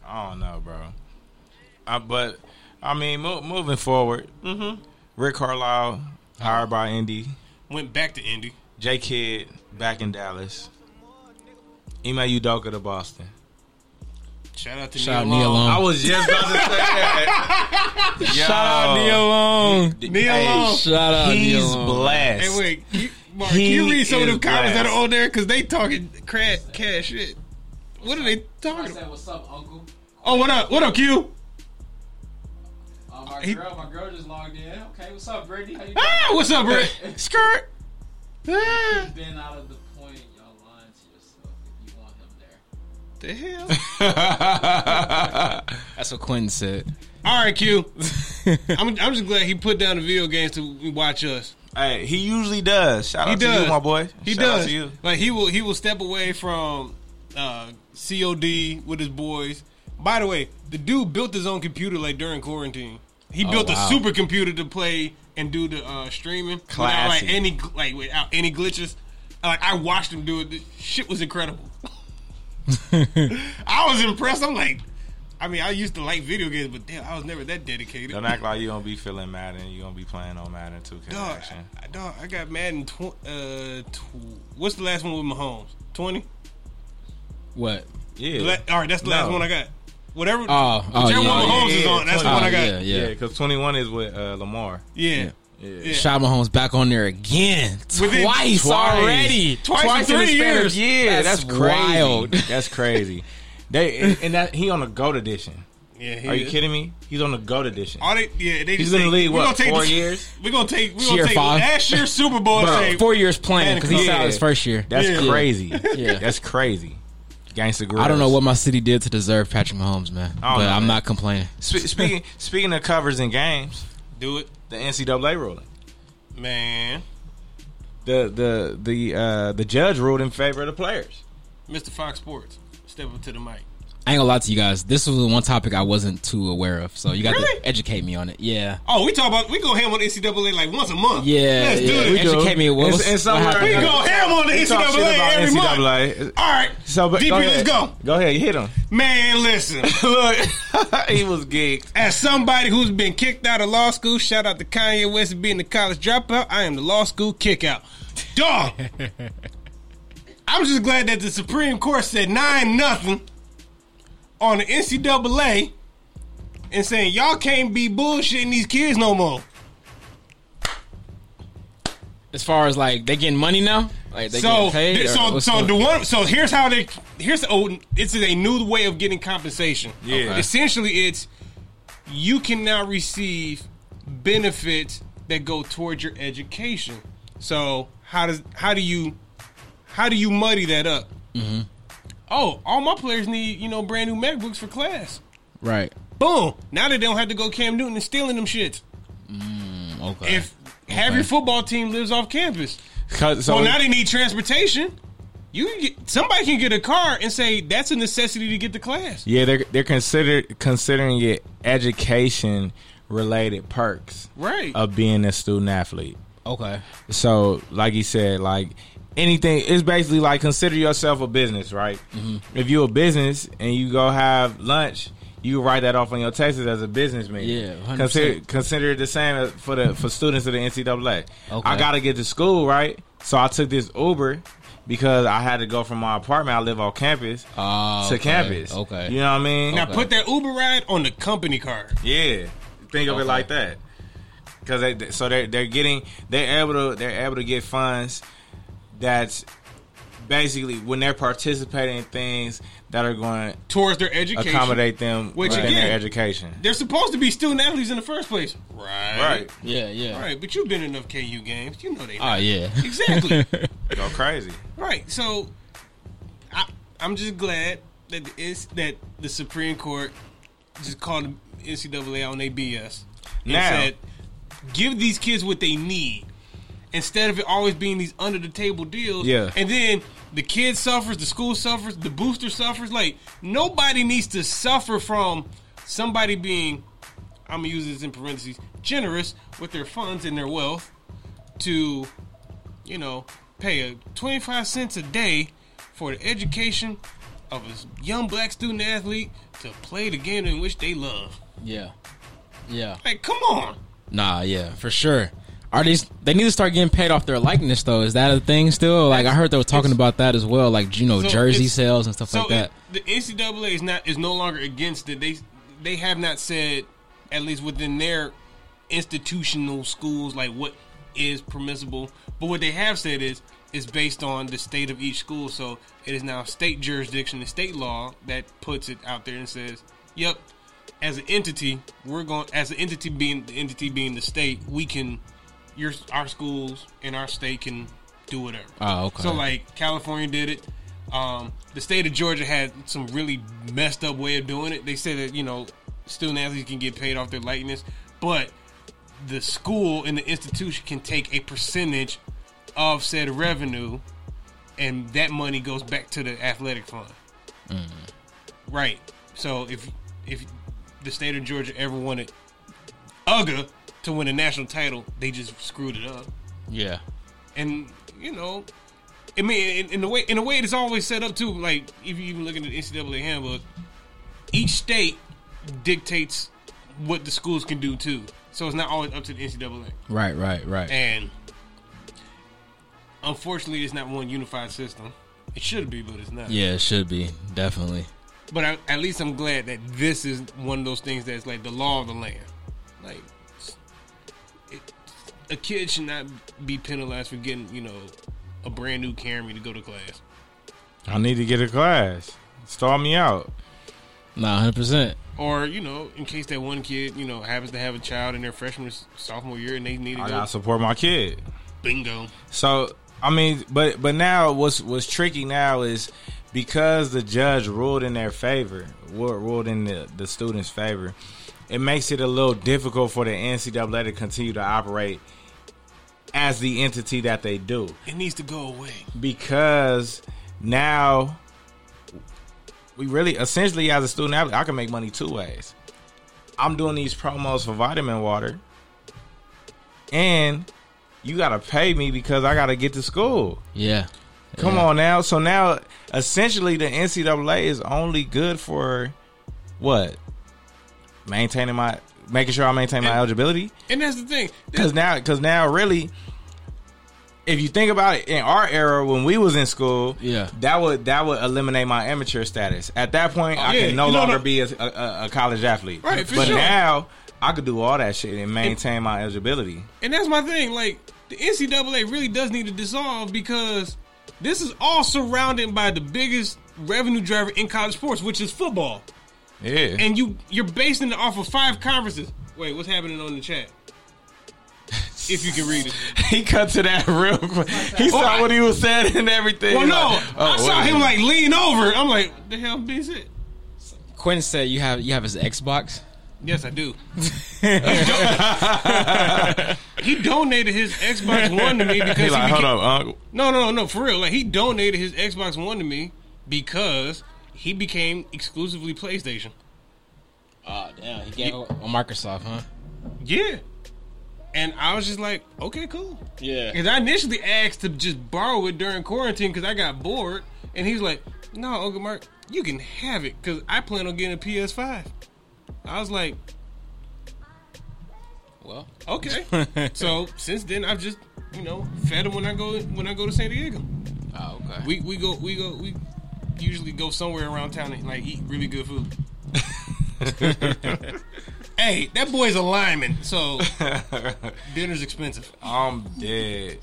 I don't know, bro. Uh, but I mean, mo- moving forward, mm-hmm. Rick Carlisle hired by Indy, Went back to Indy. J Kidd back in Dallas, E Ime Udoka to Boston. Shout out to Shout out Neil Neil Long. Long. I was just about to say that. Shout out Long. Neil Long. Shout out Neil He's Long. blessed. Hey, wait, you, Mark, He can you read some of is them comments that blessed. are on there? Because they talking crash, cash shit. What are they talking about? "What's up, Uncle?" Oh, what up? What up, Q? Uh, my girl- my girl just logged in. Okay, what's up, Brittany? How you Ah, what's up, Brett? Skirt. Ah, Been out of the point, y'all lying to yourself if you want him there. the hell? That's what Quentin said. All right, Q. I'm, I'm just glad he put down the video games to watch us. Hey, he usually does. Shout He out does, to you, my boy. He Shout does. Out to you. Like he will, he will step away from uh, COD with his boys. By the way, the dude built his own computer like during quarantine. He Oh, built wow. a supercomputer to play and do the uh, streaming without like Classy. any like without any glitches. Like I watched him do it. This shit was incredible. I was impressed. I'm like, I mean, I used to like video games, but damn, I was never that dedicated. Don't act like you don't be feeling Madden. You don't be playing on Madden 2K Dog, action. I, I- dog, I got Madden. Tw- uh, tw- what's the last one with Mahomes? Twenty. What? Yeah. The la- all right, that's the last No. one I got. Whatever. Oh, oh, whichever yeah, one yeah, Mahomes is yeah, on, that's the yeah, one I got. yeah, Yeah. yeah. Yeah, because 21 is with uh, Lamar. Yeah. Shot Mahomes back on there again. Within- twice, Twice. already. Twice in three years. Yeah, that's, crazy. wild. That's crazy. They and that he on the goat edition. Yeah, he Are you is. kidding me? He's on the goat edition. All they, yeah, they He's just in say, the league we're what gonna take four this- years? We're gonna take we're Year gonna take five. last year's Super Bowl. and Bro, say, Four years playing because he's Yeah. out his first year. That's Yeah. crazy. Yeah. that's crazy. Gangsta Grills. I don't know what my city did to deserve Patrick Mahomes, man. But know, I'm man. not complaining. Spe- speaking speaking of covers and games, do it, the NCAA ruling. man, The the the uh, the judge ruled in favor of the players. Mr. Fox Sports. Step up to the mic. I ain't gonna lie to you guys. This was the one topic I wasn't too aware of, so you got Really? to educate me on it. Yeah, Oh, we talk about we go ham on the NCAA like once a month. yeah, let's yeah. do it. do. Educate me. What, It's- what's, it's what somewhere happened? We around go ham on the We talk shit NCAA about E every month. NCAA. All right, So, but DP, go let's ahead. go, Go ahead, hit him. man. Listen, Look, he was geeked. As somebody who's been kicked out of law school, shout out to Kanye West being the college dropout. I am the law school kickout. Dog. I'm just glad that the Supreme Court said nine nothing on the NCAA and saying y'all can't be bullshitting these kids no more. As far as like they getting money now, like they so, getting paid. th- or so, what's so the- the one, so here's how they, here's oh, this is a new way of getting compensation. Yeah. Okay. essentially, it's you can now receive benefits that go towards your education. So, how does how do you how do you muddy that up? Mm-hmm. Oh, all my players need you know brand new MacBooks for class. right. Boom! Now they don't have to go Cam Newton and stealing them shits. Mm, Okay. If half your football team lives off campus. 'Cause- So Well, now they need transportation. You can get, somebody can get a car and say that's a necessity to get to class. yeah, they're they're considered considering it education related perks Right. of being a student athlete. okay. So, like he said, like anything, it's basically like consider yourself a business, right? Mm-hmm. If you're a business and you go have lunch, you write that off on your taxes as a businessman. Yeah, 100%. consider consider it the same as- for the for students of the NCAA. Okay. I gotta get to school, right? So I took this Uber because I had to go from my apartment. I live off campus Uh, to campus. Okay. you know what I mean? now Okay. put that Uber ride on the company card. Yeah, think of Okay. it like that. Because they, they- so they're they're getting they're able to they're able to get funds that's basically when they're participating in things that are going to Towards their education, accommodate them Which within again- their education. they're supposed to be student athletes in the first place. Right. Right, Yeah. Yeah. Right. But you've been in enough KU games. You know they. Uh, Oh yeah. Exactly. go crazy. right. So, I, I'm just glad that it's that the Supreme Court just called the NCAA on their BS. and Now- said, give these kids what they need instead of it always being these under the table deals. Yeah. And then the kid suffers, the school suffers, the booster suffers. Like nobody needs to suffer from somebody being, I'm gonna use this in parentheses, generous with their funds and their wealth to, you know, pay a 25 cents a day for the education of a young black student athlete to play the game in which they love. Yeah. Yeah. Like, come on. Nah. Yeah. For sure. Are these? They need to start getting paid off their likeness, though. Is that a thing still? Like I heard they were talking about that as well, like you know, So jersey it's- sales and stuff So like that. it- the NCAA is not is no longer against it. They they have not said, at least within their institutional schools, like what is permissible. But what they have said is it's based on the state of each school. So it is now state jurisdiction and state law that puts it out there and says, "Yep, as an entity, we're going as an entity being the entity being the state, we can your our schools and our state can do whatever." Oh, okay. So like California did it. Um, the state of Georgia had some really messed up way of doing it. They said that you know student athletes can get paid off their likeness, but the school and the institution can take a percentage of said revenue, and that money goes back to the athletic fund. Right. So if if the state of Georgia ever wanted UGA to win a national title, they just screwed it up yeah. and you know, I mean, in, in the way in a way, it's always set up too. Like if you even look at the NCAA handbook, each state dictates what the schools can do too. So it's not always up to the NCAA, Right. Right. Right. and unfortunately, it's not one unified system. It should be, but it's not. yeah. It should be definitely. But I, at least I'm glad that this is one of those things that's like the law of the land. Like, it, a kid should not be penalized for getting, you know, a brand new Camry to go to class. I need to get a class. Stall me out. Nah. Hundred percent. Or, you know, in case that one kid, you know, happens to have a child in their freshman or sophomore year and they need to I go gotta support my kid. bingo. So I mean, but but now what's what's tricky now is because the judge ruled in their favor, ru- ruled in the, the students' favor, it makes it a little difficult for the NCAA to continue to operate as the entity that they do It needs to go away. because now we really essentially as a student athlete, I can make money two ways. I'm doing these promos for vitamin water, and you gotta pay me because I gotta get to school. Yeah. Come Yeah. on now. So now essentially the NCAA is only good for what? Maintaining my making sure I maintain my eligibility. And that's the thing. Cause now cause now really if you think about it, in our era when we was in school, Yeah. that would that would eliminate my amateur status. At that point, I Oh, yeah. can no No, no. longer be a, a- a, a college athlete. Right, for but sure. now I could do all that shit and maintain my eligibility. And that's my thing. Like the NCAA really does need to dissolve because this is all surrounded by the biggest revenue driver in college sports, which is football. Yeah, And you you're basing it off of five conferences. Wait, what's happening on the chat? If you can read it. he cut to that real quick. He Well, Oh, I- saw what he was saying and everything. Well, He's no, like, oh, I saw wait. him like lean over. I'm like, what the hell is it? Quinn said you have you have his Xbox. Yes, I do. he donated his Xbox One to me because He he like, hold became- up, uncle. No, no, no, for real. Like he donated his Xbox One to me because he became exclusively PlayStation. Oh damn! He gave up on Microsoft, huh? Yeah. And I was just like, okay, cool. Yeah. Because I initially asked to just borrow it during quarantine because I got bored, and he's like, "No, Uncle Mark, you can have it because I plan on getting a PS5." I was like, Well, "Okay." so since then, I've just you know fed him when I go when I go to San Diego. oh, okay. We we go we go we usually go somewhere around town and like eat really good food. hey, that boy's a lineman, so dinner's expensive. I'm dead.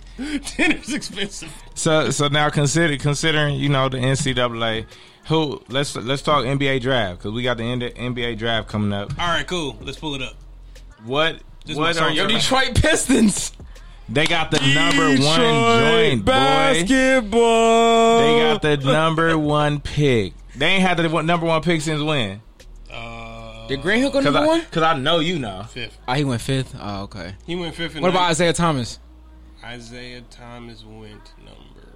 dinner's expensive. So so now consider considering you know the NCAA. Who let's let's talk NBA draft because we got the end- NBA draft coming up. All right, cool. Let's pull it up. What This what my song are your for- Detroit Pistons. They got the number one joint, boy. basketball. They got the number one pick. They ain't had the one- number one pick since when? Uh, Did Grant Hill go Because number I, one? 'cause I know you know. fifth. Oh, he went fifth. Oh, okay. He went fifth. And What about ninth. Isaiah Thomas? Isaiah Thomas? Went number.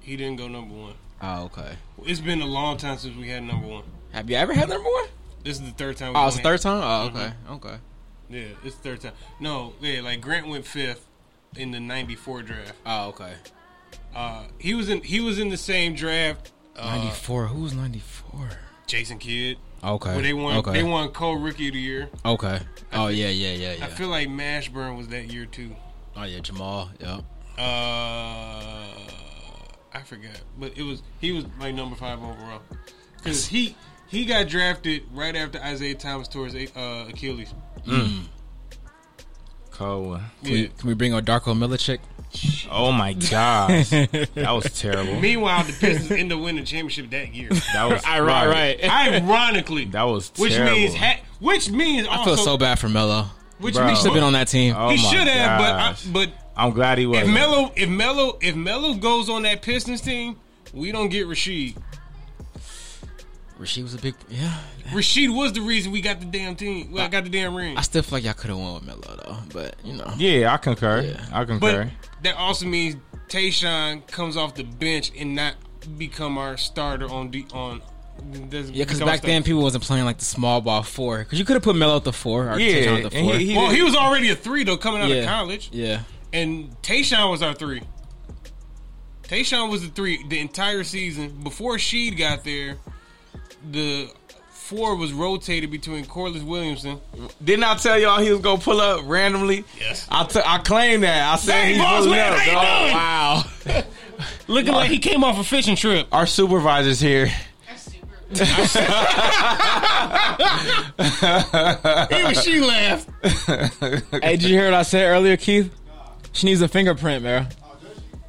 He didn't go number one. Oh, okay. It's been a long time since we had number one. Have you ever had number one? This is the third time. We Oh, it's the went- third time. Oh, okay, okay. Yeah, it's the third time. No, yeah, like Grant went fifth in the '94 draft. Oh, okay. Uh, he was in. He was in the same draft. Ninety Uh, four. Who was ninety four? Jason Kidd. Okay. Where they won. Okay. They won co-rookie of the year. Okay. Oh yeah, yeah, yeah, yeah. I feel like Mashburn was that year too. oh yeah, Jamal. Yep. uh, I forgot, but it was he was like number five overall because he he got drafted right after Isaiah Thomas tore his uh, Achilles. Cold one. Yeah. Can we bring on Darko Milicic? Oh my gosh, that was terrible. Meanwhile, the Pistons end up winning the championship that year. That was All right, Ironically, That was which terrible. means ha- which means I also feel so bad for Melo. which Bro. He means should have been on that team. Oh he my should have, but I, gosh. but I'm glad he was. if Melo if Melo if Melo goes on that Pistons team, we don't get Rashid. Rasheed was a big. Yeah. Rashid was the reason we got the damn team. Well, I got the damn ring. I still feel like y'all could have won with Melo though, but you know. Yeah, I concur. Yeah. I But concur. that also means Tayshawn comes off the bench and not become our starter on the on. doesn't Yeah, because become a back starter. then people wasn't playing like the small ball four. Because you could have put Melo at the four or Yeah, Tayshaun at the and four. he- he- well, he was already a three though coming out yeah, of college, Yeah, and Tayshawn was our three. Tayshawn was the three the entire season before Sheed got there. The four was rotated between Corliss Williamson. Didn't I tell y'all he was gonna pull up randomly? Yes. I t- I claim that. I said Dang, he's boss pulling man, up. how you dog. doing? Wow. Looking like he came off a fishing trip. Our supervisor's here. Even she laughed. hey, did you hear what I said earlier, Keith? She needs a fingerprint, man.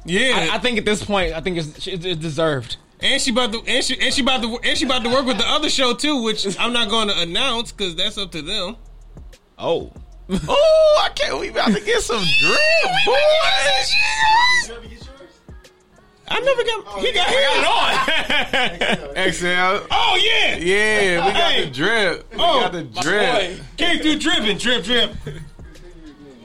Yeah, I, I think at this point, I think it's, it's it's deserved. And she about to and she and she about to and she about to work with the other show too, which I'm not going to announce because that's up to them. Oh. oh, I can't. We about to get some drip, boy. I never got he got he got it on. XL. Oh, oh yeah, yeah, we got Hey. the drip. We Oh, got the drip. Came through dripping, drip drip.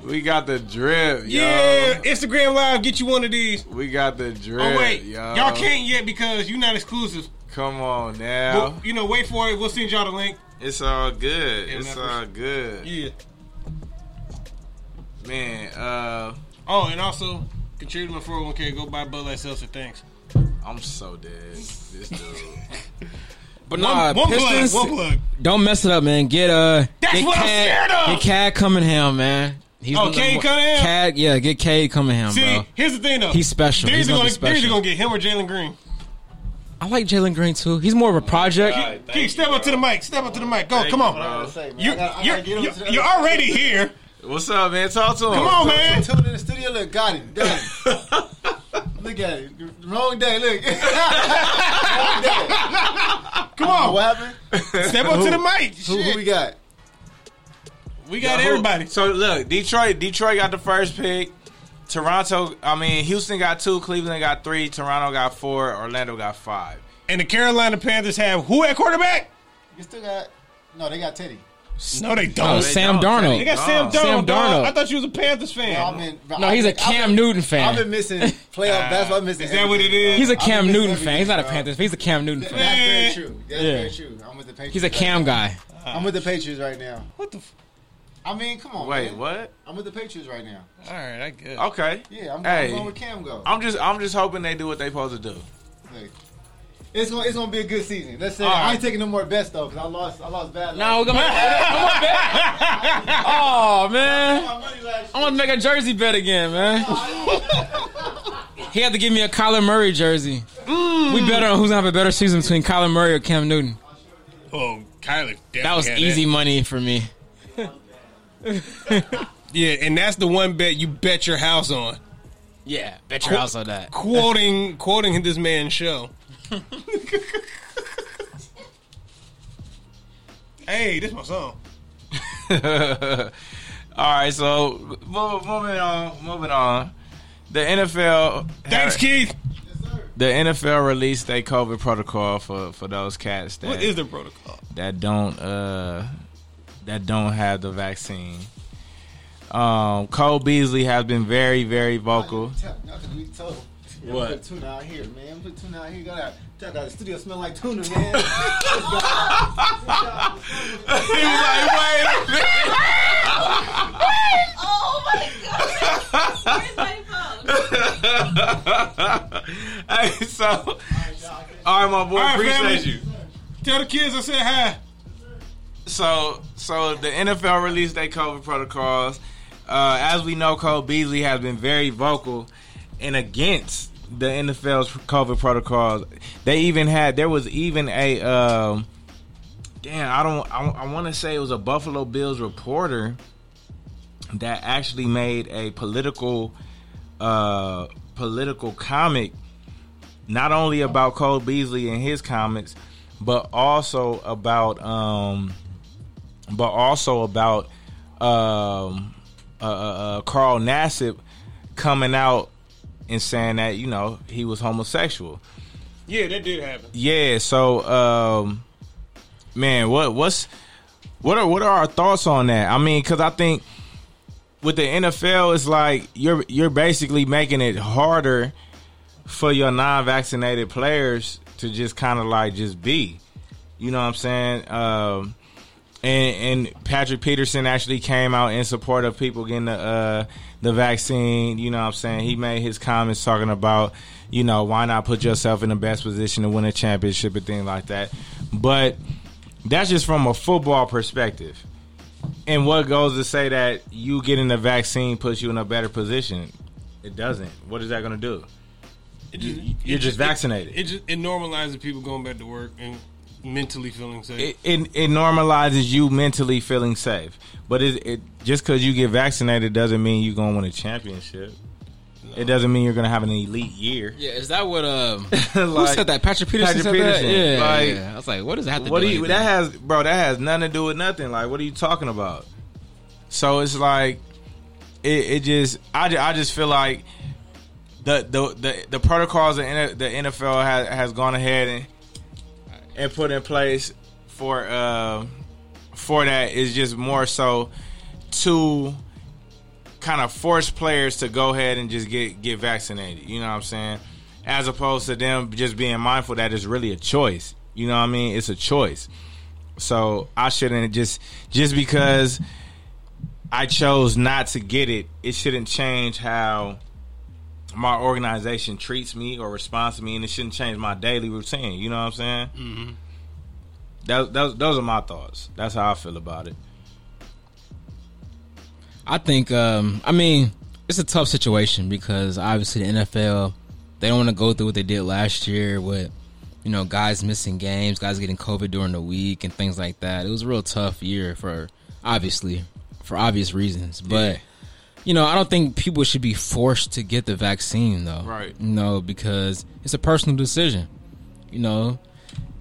We got the drip. Yo. Yeah, Instagram Live, get you one of these. We got the drip. Oh wait, yo. y'all can't yet because you're not exclusive. Come on now. Oh. Well, you know, wait for it. We'll send y'all the link. It's all good. Yeah, it's man, I all good. Yeah. Man, uh, Oh, and also contribute to my 401k. Go buy Bud Light Seltzer. Thanks. I'm so dead. This dude. But One, nah, one Uh, Pistons, plug. One plug. Don't mess it up, man. Get uh. That's get what I'm Cad, scared of! Get Cad Cunningham, man. He's Oh, the number Cade one- Cunningham? Cad, yeah, get Cade Cunningham, See, bro. here's the thing though. He's special. They're He's either gonna be gonna, they're either special. gonna get him or Jalen Green. I like Jalen Green too. He's more of a project. Keith, Keith, step up to the mic. Step up to the mic. Go, come on. You, you're, you're, you're already here. What's up, man? Talk to him. Come on, man. Coming in the studio, look, got him, got him. look at it, wrong day. Look, Wrong day. Come on. what happened? Step up to the mic. Who, who Shit. we got? We got everybody. So look, Detroit. Detroit got the first pick. Toronto. I mean, Houston got two. Cleveland got three. Toronto got four. Orlando got five. And the Carolina Panthers have who at quarterback? You still got? No, they got Teddy. No, they Oh, don't. Sam don't. Darnold. They got Sam Darnold. Darnold. Sam dog. Darnold. I thought you was a Panthers fan. No, I'm in- No, he's a Cam I've been- Newton fan. I've been missing playoff basketball. I'm missing. Is that what it is? He's a been Cam missing Newton everything, fan. He's not a bro. Panthers. fan. He's a Cam Newton That's fan. very true. That's Yeah. very true. I'm with the Patriots. He's a right Cam now. guy. I'm with the Patriots right now. what the? F- I mean, come on. Wait, man. what? I'm with the Patriots right now. All right, I guess. Okay. Yeah, I'm, Hey. I'm going with Cam. Go. I'm just. I'm just hoping they do what they supposed to do. Look, it's gonna it's gonna be a good season. Let's say All I right. ain't taking no more bets though because I lost I lost bad. No, we're gonna make, come on, man. Oh man, last- my money last. I want to make a jersey bet again, man. He had to give me a Kyler Murray jersey. We bet on who's gonna have a better season between Kyler Murray or Cam Newton. Oh, Kyler. definitely That was had easy money for me. Yeah, and that's the one bet you bet your house on. Yeah, bet your house on that. Quoting, quoting this man's show. hey, this my song. All right. So mo- moving on. Moving on. The NFL. Thanks, Keith. The NFL released their COVID protocol for for those cats that What is the protocol? that don't uh that don't have the vaccine. Um, Cole Beasley has been very, very vocal. Nothing we told. Yeah, What? Put tuna out here, man. Put tuna out here. Got out. Got out. The studio smell like tuna, man. He was like, wait a minute. Oh my god! Where's my phone? Hey, so, all right, my boy, right, appreciate family. you. Tell the kids I said hi. So, so the NFL released their COVID protocols. Uh, as we know, Cole Beasley has been very vocal and against the NFL's COVID protocols. They even had there was even a um, damn I don't I, I want to say it was a Buffalo Bills reporter that actually made a political uh, political comic not only about Cole Beasley and his comments, but also about um, but also about um, uh, uh, uh, Carl Nassib coming out and saying that you know he was homosexual. Yeah, that did happen. Yeah, so um, man, what what's what are what are our thoughts on that? I mean, because I think with the NFL, it's like you're you're basically making it harder for your non-vaccinated players to just kind of like just be. You know what I'm saying? Um, and and Patrick Peterson actually came out in support of people getting the uh, the vaccine. You know what I'm saying? He made his comments talking about you know why not put yourself in the best position to win a championship and things like that. But that's just from a football perspective. And what goes to say that you getting the vaccine puts you in a better position? It doesn't. What is that going to do? It You- you're just vaccinated. It, just it normalizes people going back to work and mentally feeling safe. it, it, it normalizes you mentally feeling safe. But it, it just because you get vaccinated doesn't mean you're gonna win a championship. It doesn't mean you're gonna have an elite year. Yeah, is that what? Um, who Like, said that? Patrick Peterson. Patrick said Peterson. That? Yeah, Like, yeah. I was like, what does that have to What do? do you? with That has, bro. That has nothing to do with nothing. Like, what are you talking about? So it's like, it, it just, I, ju- I just feel like the the the, the protocols the N- the NFL has has gone ahead and and put in place for uh, for that is just more so to kind of force players to go ahead and just get get vaccinated. You know what I'm saying? As opposed to them just being mindful that it's really a choice. You know what I mean? It's a choice. So I shouldn't just just because I chose not to get it, it shouldn't change how my organization treats me or responds to me, and it shouldn't change my daily routine. You know what I'm saying? Mm-hmm. That, those those are my thoughts. That's how I feel about it. I think. Um, I mean, it's a tough situation because obviously the NFL they don't want to go through what they did last year with you know guys missing games, guys getting COVID during the week, and things like that. It was a real tough year for obviously for obvious reasons, but. You know, I don't think people should be forced to get the vaccine, though. Right. You know, because it's a personal decision. You know,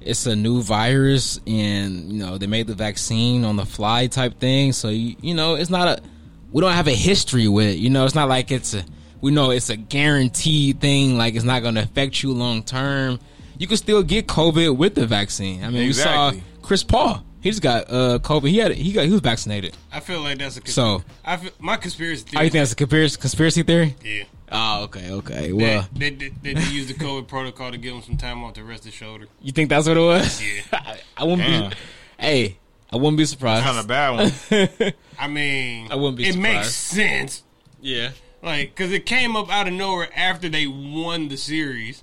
it's a new virus and you know they made the vaccine on the fly type thing so you, you know it's not a we don't have a history with it you know it's not like it's a we know it's a guaranteed thing like it's not going to affect you long term you can still get covid with the vaccine i mean we Exactly. saw chris paul he just got uh covid he had he got he was vaccinated I feel like that's a cons- So- I feel, my conspiracy i theory. think that's a conspiracy, conspiracy theory yeah. oh okay okay They- well they, they, they, used the COVID protocol to give him some time off to rest his shoulder. you think that's what it was Yeah. I, I wouldn't Damn. be hey i wouldn't be Kind of surprised bad one. I mean, I wouldn't be It surprised. makes sense, yeah like, because it came up out of nowhere after they won the series.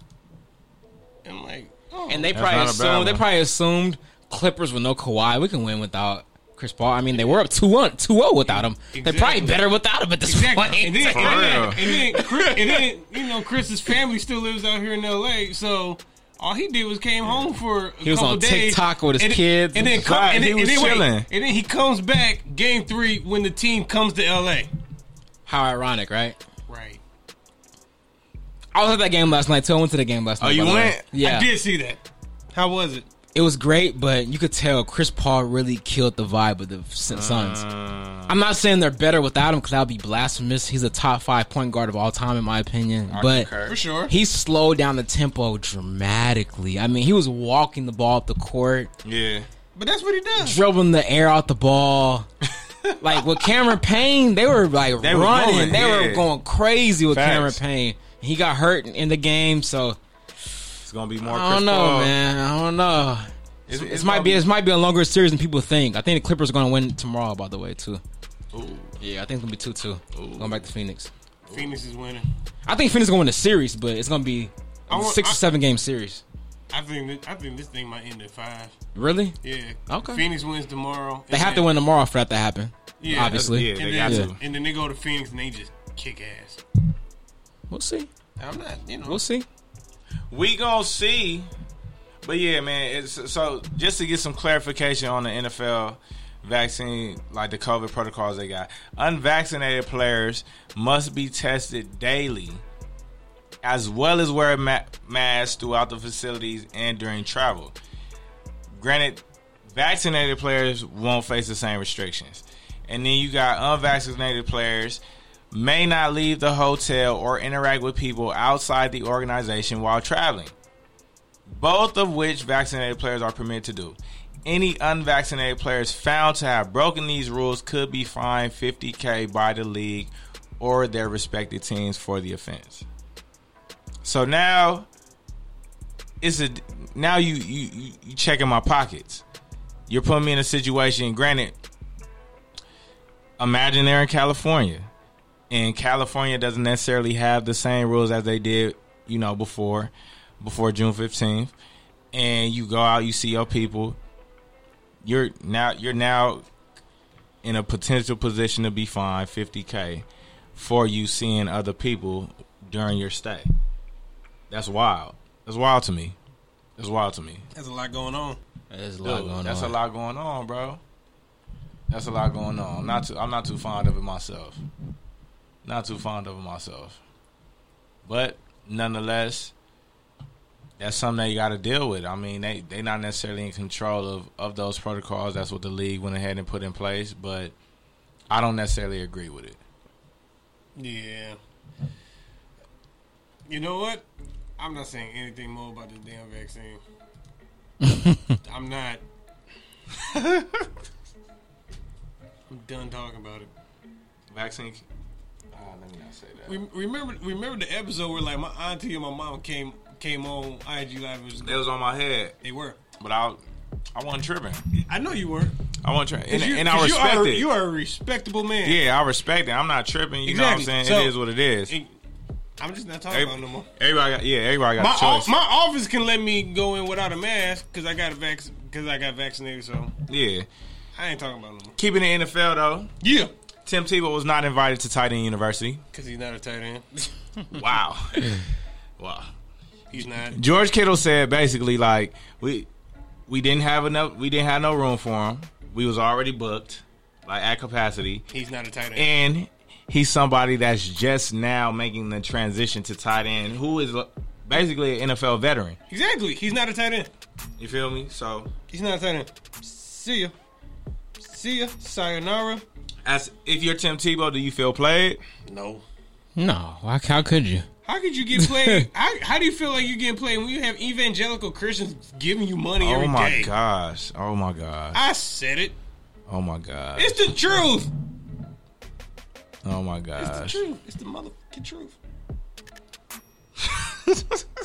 And like, oh, And they That's probably not a bad assumed they one. probably assumed Clippers with no Kawhi, we can win without Chris Paul. I mean, they were up 2-1, 2-0 without him. They're probably Exactly. better without him at this exactly. point. And then, and, then, real. and, then Chris, and then, you know, Chris's family still lives out here in L.A. So. All he did was came home for a He was couple on days, TikTok with his and, kids. and then, come, Right, and, he then- was and then, wait, chilling. and then he comes back game three when the team comes to L.A. How ironic, right? Right, I was at that game last night too. I Oh, went to the game last night. Oh, you by the way. went? Yeah, I did see that. How was it? it was great, but you could tell Chris Paul really killed the vibe of the S- Suns. Uh. I'm not saying they're better without him because that would be blasphemous. He's a top five point guard of all time in my opinion, but. concur. For sure. He slowed down the tempo dramatically. I mean, he was walking the ball up the court. Yeah. But that's what he does. dribbling the air out the ball. like with Cameron Payne, they were like They were running. going, they yeah. were going crazy with Facts. Cameron Payne. He got hurt in- in the game, so It's gonna be more. I don't Chris know, Paul. man. I don't know. It's, This might gonna be this might be a longer series than people think. I think the Clippers are going to win tomorrow, by the way, too. Yeah, I think it's gonna be two two. Going back to Phoenix. Phoenix is winning. I think Phoenix is going to win the series, but it's gonna be a I want- six I- or seven game series. I think that, I think this thing might end at five. Really? Yeah. Okay. Phoenix wins tomorrow. They have to win tomorrow for that to happen. Yeah, obviously. yeah, And they then, got to. and then they go to Phoenix and they just kick ass. We'll see. I'm not, you know. We'll see. We gonna see. But yeah, man. It's, so just to get some clarification on the NFL vaccine, like the COVID protocols they got, unvaccinated players must be tested daily, as well as wear ma- masks throughout the facilities and during travel. Granted, vaccinated players won't face the same restrictions, and then you got unvaccinated players may not leave the hotel or interact with people outside the organization while traveling, both of which vaccinated players are permitted to do. Any unvaccinated players found to have broken these rules could be fined 50K by the league or their respective teams for the offense. So now it's a now you you you- you checking my pockets. You're putting me in a situation. Granted, imagine they're in California and California doesn't necessarily have the same rules as they did, you know, before before June fifteenth. And you go out, you see your people. You're now you're now in a potential position to be fined fifty k for you seeing other people during your stay. That's wild. That's wild to me. That's wild to me. There's a lot going on. There's a lot Dude, going that's on. a lot going on, bro. That's a lot going on. I'm not too I'm not too fond of it myself. Not too fond of it myself. But nonetheless, that's something that you gotta deal with. I mean, they they not necessarily in control of, of those protocols. That's what the league went ahead and put in place, but I don't necessarily agree with it. Yeah. You know what? I'm not saying anything more about this damn vaccine. I'm not. I'm done talking about it. Vaccine uh, let me not say that. Rem- Remember, remember the episode where like my auntie and my mom came came on IG live. and was- It was on my head, they were. but I I wasn't tripping. I know you were. I wasn't tripping. And, you, and I 'cause respect you are, it. You are a respectable man. Yeah, I respect it. I'm not tripping. You Exactly. know what I'm saying? So- it is what it is. It- I'm just not talking about it Every- no more. Everybody got yeah, everybody got My, a o- choice. my office can let me go in without a mask because I got a vac- cause I got vaccinated, so yeah. I ain't talking about it no more. Keeping the NFL though. Yeah, Tim Tebow was not invited to tight end university. because he's not a tight end. Wow. wow. He's not. George Kittle said basically like we we didn't have enough we didn't have no room for him. We was already booked, like at capacity. He's not a tight end. And he's somebody that's just now making the transition to tight end who is basically an NFL veteran. Exactly. He's not a tight end. You feel me? So He's not a tight end. See ya. See ya. Sayonara. as if you're Tim Tebow, do you feel played? No. No, how, how could you? How could you get played? how, how do you feel like you're getting played when you have evangelical Christians giving you money every Oh day? my gosh. Oh my gosh. I said it. Oh my gosh. It's the truth. Oh my It's the gosh. truth. It's the motherfucking truth.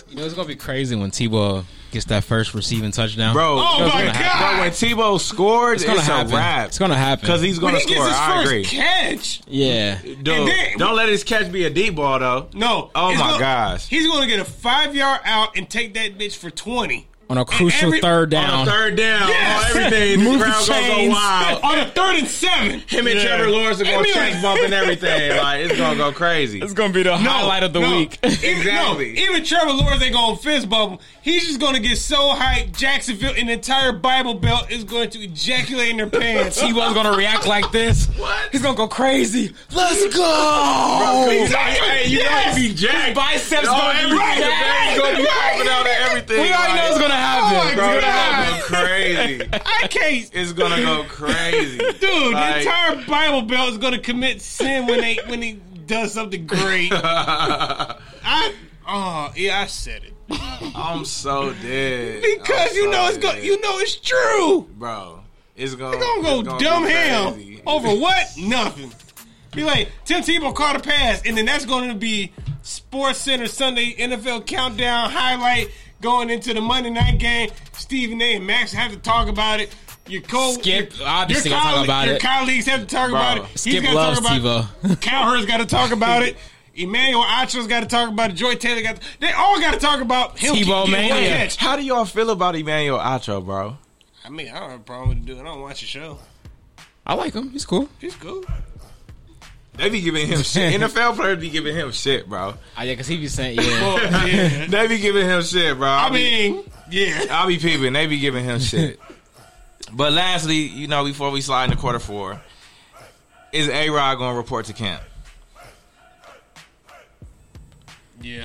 You know, it's gonna be crazy when Tebow gets that first receiving touchdown, Bro, Oh my bro, God. when Tebow scored, it's, It's gonna a happen. wrap. It's gonna happen. Because he's When going to he gets score. his I first agree. catch, yeah, Dude, And then- don't let his catch be a deep ball, though. no. Oh it's my gonna- gosh. He's gonna get a five yard out and take that bitch for twenty. on a crucial every- third On down. a third down, Yes. oh, everything, the Move the crowd going to go chains. wild. On a third and seven. Him and Trevor Lawrence are going to chest bump and everything. Like, it's going to go crazy. It's gonna be the highlight of the no. week. Even, no, Exactly. even Trevor Lawrence ain't gonna fist bump him. He's just gonna get so hyped. Jacksonville, an entire Bible Belt is going to ejaculate in their pants. He- Tebow's gonna react like this. What? He's gonna go crazy. Let's go. Exactly. Hey, you Oh, Yes. know he be jacked. biceps Oh, gonna be everything. jacked. Right. going to be popping out and everything. We already know it's Oh gonna happen. Bro, God. it's going to go crazy. I can't. It's going to go crazy. Dude, the Like- entire Bible Belt is gonna commit sin when they when he does something great. I oh yeah, I said it I'm so dead. because I'm you so know it's go, dead. you know it's true. bro. It's gonna, They gonna go it's gonna dumb Oh, be ham crazy. over what? Nothing. Be like Tim Tebow caught a pass, and then that's going to be Sports Center Sunday NFL countdown highlight going into the Monday night game. Stephen A. and Max have to talk about it. Your co Skip, your, obviously your gotta talk colleague- about your it. colleagues have to talk about it. Bro, He's Skip gotta loves talk about Tebow. Cowherd's got to talk about it. Emmanuel Acho's got to talk about it. Joy Taylor got. To, they all got to talk about him Tebow getting one mania. catch. How do y'all feel about Emmanuel Acho, bro? I mean, I don't have a problem with doing. I don't watch the show. I like him. He's cool. He's cool. They be giving him shit. NFL players be giving him shit, bro. Oh, yeah, because he be saying, yeah. Well, yeah. They be giving him shit, bro. I mean, yeah. I'll be peeping. They be giving him shit. but lastly, you know, before we slide into quarter four, is A Rod going to report to camp? Yeah.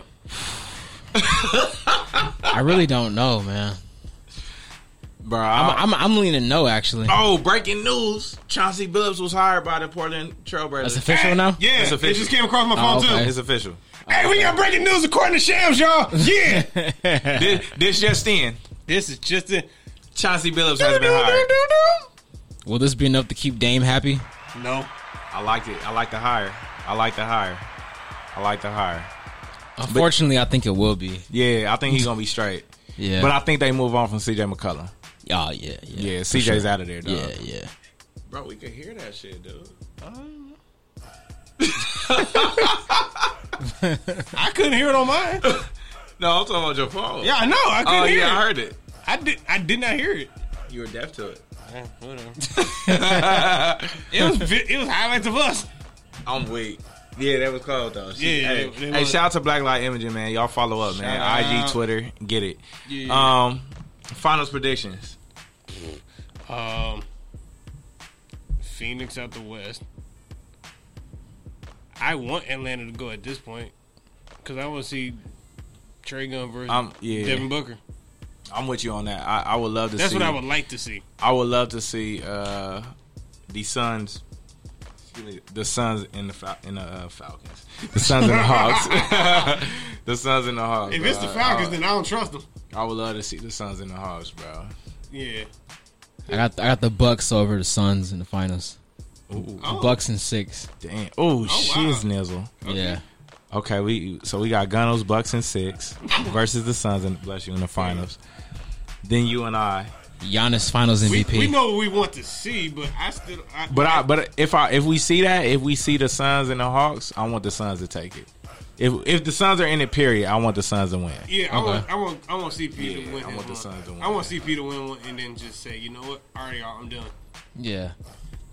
I really don't know, man. Bro, I'm, I'm, I'm leaning no, actually. oh, breaking news. Chauncey Billups was hired by the Portland That's Trailblazers. official now? Yeah, It's it official. just came across my phone Oh, okay. too. It's official. Hey, we got breaking news according to Shams, y'all. Yeah. this, this just in. this is just it. Chauncey Billups has been hired. Will this be enough to keep Dame happy? No. I liked it. I like the hire. I like the hire. I like the hire. Unfortunately, I think it will be. Yeah, I think he's gonna be straight. Yeah. But I think they move on from CJ McCullough. Oh, yeah, yeah. Yeah, CJ's out of there, dog. Yeah, yeah. Bro, we can hear that shit, dude. I couldn't hear it on mine. No, I'm talking about your phone. Yeah, I know. I couldn't Oh hear yeah, I it. heard it. I did I did not hear it. You were deaf to it. It was vi- it was highlights of us. I'm weak. Yeah, that was cold though. She- Yeah, Hey, they- they hey, was- shout out to Black Light Imaging, man. Y'all follow up, man. Shout IG, out. Twitter, get it. Yeah. Um, finals predictions. Um Phoenix out the West. I want Atlanta to go at this point. Cause I want to see Trey Gunn versus Um, yeah. Devin Booker. I'm with you on that. I, I would love to That's see. what I would like to see. I would love to see uh, the Suns, excuse me, the Suns and the Fal- and the uh, Falcons, the Suns and the Hawks, the Suns and the Hawks. If bro. it's the Falcons, I, then I don't trust them. I would love to see the Suns and the Hawks, bro. Yeah. I got, I got the Bucks over the Suns in the finals. Ooh, Oh. Bucks and six. damn! Oh, shiz nizzle. Yeah. Okay, we so we got Gunnels, Bucks, and six versus the Suns and bless you in the finals. Then you and I, Giannis finals We, MVP. we know what we want to see, but I still. I, but I but if I if we see that if we see the Suns and the Hawks, I want the Suns to take it. If if the Suns are in it, period, I want the Suns to win. yeah, I want, I want, I want CP Yeah, to win. I that want the one. Suns to win I want that. CP to win one, and then just say, you know what? All right, y'all, I'm done. yeah.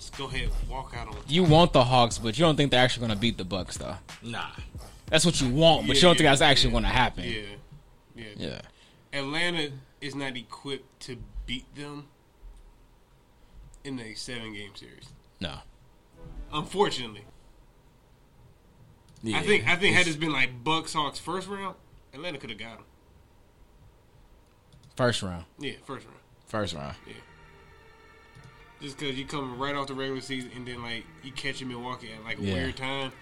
Let's go ahead, walk out on. You want the Hawks, but you don't think they're actually going to beat the Bucks, though. Nah. That's what you want, but Yeah, you don't think yeah, that's actually yeah, going to happen. Yeah, yeah, Yeah. Atlanta is not equipped to beat them in a seven-game series. No. Unfortunately, I think I think had this been like Bucks Hawks first round, Atlanta could have got them. First round. Yeah, first round. First round. Just because you come right off the regular season and then like you catching Milwaukee at like a Yeah. weird time.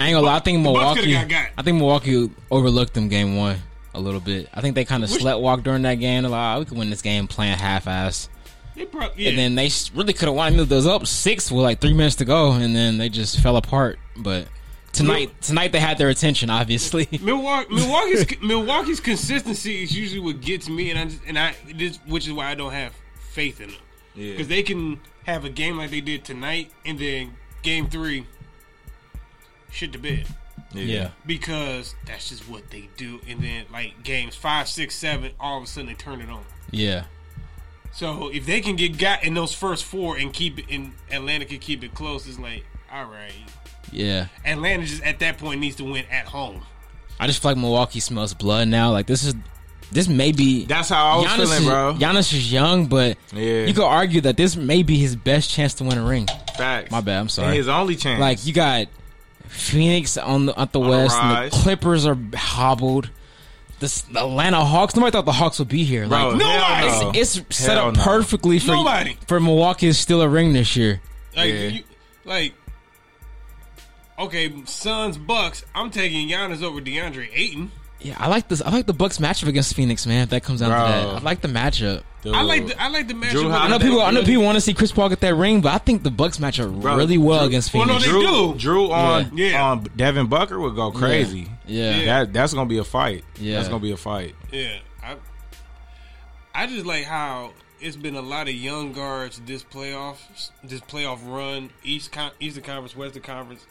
I ain't gonna lie. I think The Bucks Milwaukee. coulda got got. I think Milwaukee overlooked them game one a little bit. I think they kind of slept walk during that game. They're Like, "Ah, we could win this game playing half ass, They probably yeah. and then they s- really could have won. I mean, They was up six with like three minutes to go, and then they just fell apart. But tonight, tonight they had their attention. Obviously, Milwaukee, Milwaukee's Milwaukee's consistency is usually what gets me, and I just, and I this which is why I don't have faith in them Yeah. because they can have a game like they did tonight, and then game three shit to bed yeah, because that's just what they do, and then like games five, six, seven, all of a sudden they turn it on. yeah, So if they can get got in those first four and keep it, and Atlanta can keep it close, it's like all right, yeah. Atlanta just at that point needs to win at home. I just feel like Milwaukee smells blood now. Like this is, this may be. That's how I was Giannis feeling, is, bro. Giannis is young, but Yeah. you could argue that this may be his best chance to win a ring. Facts. My bad, I'm sorry. And his only chance. Like you got Phoenix on the at the the West, and rise. the Clippers are hobbled. The, s- the Atlanta Hawks. Nobody thought the Hawks would be here. bro, like nobody- hell no. it's, it's set Hell up no. perfectly for Nobody. for Milwaukee to steal a ring this year. Like, Yeah. you, like, okay, Suns Bucks. I'm taking Giannis over DeAndre Ayton. Yeah, I like this. I like the Bucks matchup against Phoenix, man. If that comes down Bro. to that, I like the matchup. I like the I like the matchup. Oh. Drew with Holiday. I know people. I know people want to see Chris Paul get that ring, but I think the Bucks match up Bro, really well Drew- against Well, no, Phoenix. they- Drew, do. Drew on Yeah. Yeah. on Devin Bucker would go crazy. Yeah. Yeah. That that's gonna be a fight. Yeah. That's gonna be a fight. Yeah, I I just like how it's been a lot of young guards this playoff this playoff run East Con- Eastern Conference Western Conference,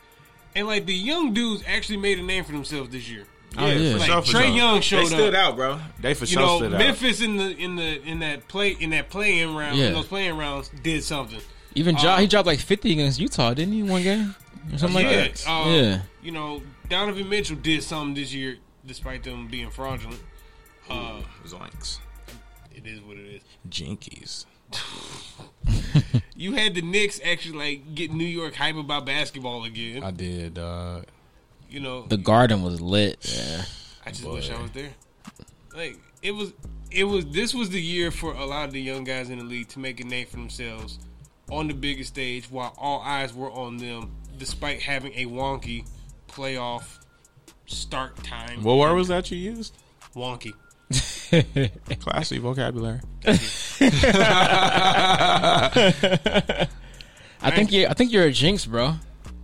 and like the young dudes actually made a name for themselves this year. Oh, yeah. for Like, sure, for Trae sure. Young showed They stood up. out, bro. They for You sure know, stood Memphis in the in the in that play in that playing round, Yeah. in those playing rounds did something. Even Ja, Um, he dropped like fifty against Utah, didn't he? One game or something yeah, like that. um, yeah, You know, Donovan Mitchell did something this year, despite them being fraudulent. Uh, out. Zoinks, it is what it is. jinkies. You had the Knicks actually like get New York hype about basketball again. I did. Uh, you know, the garden was lit. Yeah. I just wish I was there. Like it was, it was. This was the year for a lot of the young guys in the league to make a name for themselves on the biggest stage, while all eyes were on them, despite having a wonky playoff start time. what word was that you used? Wonky. Classy vocabulary. I think you. I think you're a jinx, bro.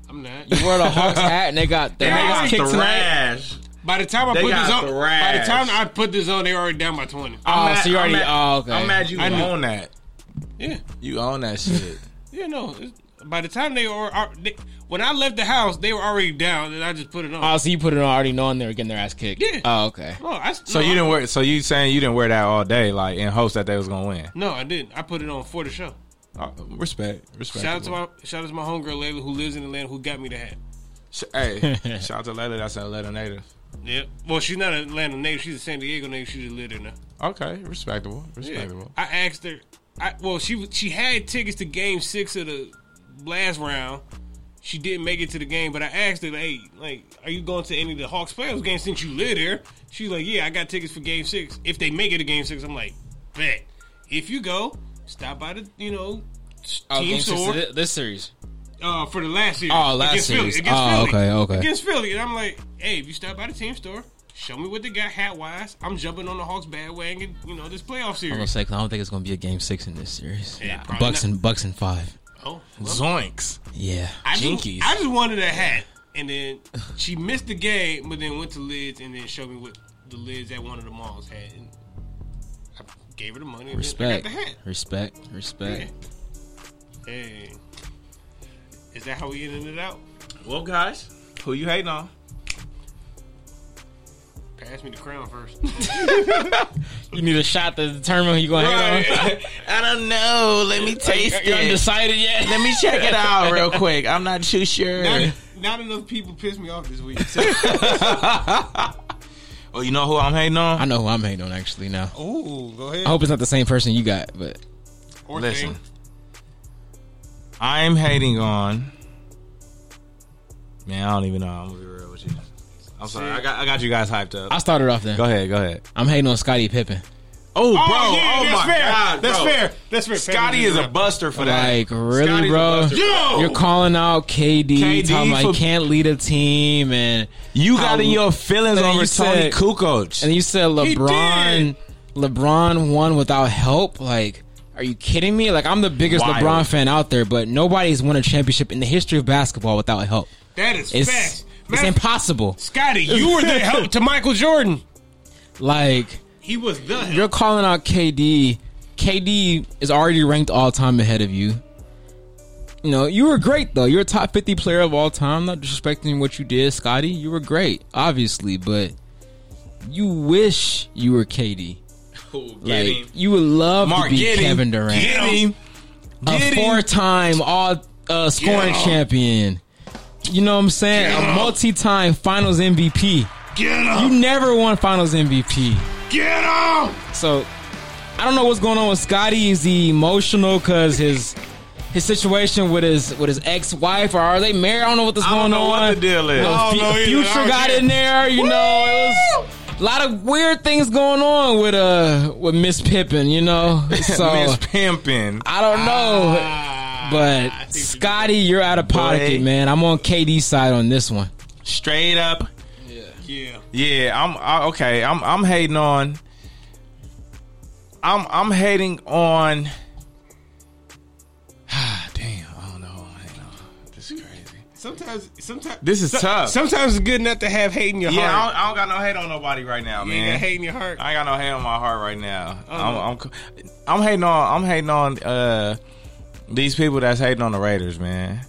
I'm not. You wore the Hawks hat and they got the Hawks kicked tonight. rash. By the time I They put got this on, by the thrashed. time I put this on, they already down by twenty. Oh, so you already- I'm mad, oh, okay. I'm mad you I knew. own that. Yeah, You own that shit. yeah, no. it's- By the time they are, are- they, when I left the house, they were already down, and I just put it on. Uh, Oh, so you put it on already knowing they were getting their ass kicked. Yeah. Oh, okay. no, I, so you didn't wear. So you saying you didn't wear that all day, like in hopes that they was gonna win. No, I didn't. I put it on for the show. Uh, respect, respect. Shout out to my shout out to my homegirl Layla who lives in Atlanta who got me the hat. Sh- Hey, shout out to Layla. That's an Atlanta native. Yep. Well, she's not an Atlanta native. She's a San Diego native. She just lived there now. Okay, respectable, Yeah. respectable. I asked her. I, well, she was- she had tickets to Game Six of the last round. She didn't make it to the game, but I asked her, "Hey, like, are you going to any of the Hawks playoffs games since you live there?" She's like, "Yeah, I got tickets for Game Six. If they make it to Game 6 I'm like, "Bet." If you go, stop by the you know Oh, team store. this series. uh, for the last series. Oh, last against series. Philly, against Oh, Philly, okay, okay. Against Philly, and I'm like, hey, if you stop by the team store, show me what they got hat wise. I'm jumping on the Hawks bandwagon. You know this playoff I'm gonna series. say 'cause I don't think it's gonna be a game six in this series. Yeah, Nah. probably Bucks not. and Bucks and five. Oh, well, Zoinks. Yeah. I just, jinkies. I just wanted a hat, and then she missed the game, but then went to Lids and then showed me what the Lids at one of the malls had. And I gave her the money. And Respect. Then I got the hat. Respect. Respect. Yeah. Hey, is that how we ended it out? Well, guys, who you hating on? Pat Ask me the crown first. You need a shot to determine who you gonna hate on. I don't know. Let me taste You're it. undecided yet. Let me check it out real quick. I'm not too sure. not, not enough people pissed me off this week. Oh, you know who I'm hating on? I know who I'm hating on actually now. Oh. Ooh, go I ahead. hope it's not the same person you got, but Or Listen, thing. I'm hating on. Man, I don't even know. I'm gonna be real with you. I'm sorry. I got I got you guys hyped up. I started off then. Go ahead. Go ahead. I'm hating on Scottie Pippen. Oh, bro. yeah, oh that's my fair. god. That's bro. fair. That's fair. Scotty is a buster for that. Like really, Scotty's a bro? buster. Yo! Oh. You're calling out KD, KD talking about for- he can't lead a team, and You got in your feelings And then over you Tony said- Kukoc. and you said LeBron, LeBron won without help. Like, are you kidding me? Like, I'm the biggest Wild. LeBron fan out there, but nobody's won a championship in the history of basketball without help. That is It's facts. it's Matter- impossible. Scotty, you were the help to Michael Jordan. Like, He was the help. you're calling out KD. KD is already ranked all time ahead of you. You know, you were great though. You're a top fifty player of all time. Not disrespecting what you did, Scotty. You were great, obviously, but you wish you were KD. Like you would love Mark, to be get him. Kevin Durant, Get him. a him. four-time all uh, scoring Get him. champion. You know what I'm saying? Get a him. multi-time Finals MVP. Get You him. never won Finals MVP. Get him. So I don't know what's going on with Scotty. Is he emotional because his his situation with his with his ex wife or are they married? I don't know what this I going don't know on. what the deal is. No. I don't Fu- know either. I Future don't got care. in there, you know. It was a lot of weird things going on with uh with Miss Pippin, you know. So Miss Pimpin. I don't know, Ah, but Scotty, you're out of pocket, Boy. man. I'm on KD's side on this one. Straight up. Yeah. Yeah, I'm I, okay. I'm I'm hating on. I'm I'm hating on. Damn, I don't know. who I'm hating on. This is crazy. Sometimes, sometimes This is tough. Sometimes it's good not to have hate in your yeah, I heart. don't, I don't got no hate on nobody right now, you ain't got man. hate Oh, in your heart. I ain't got no hate on my heart right now. I'm, I'm I'm hating on I'm hating on uh these people that's hating on the Raiders, man.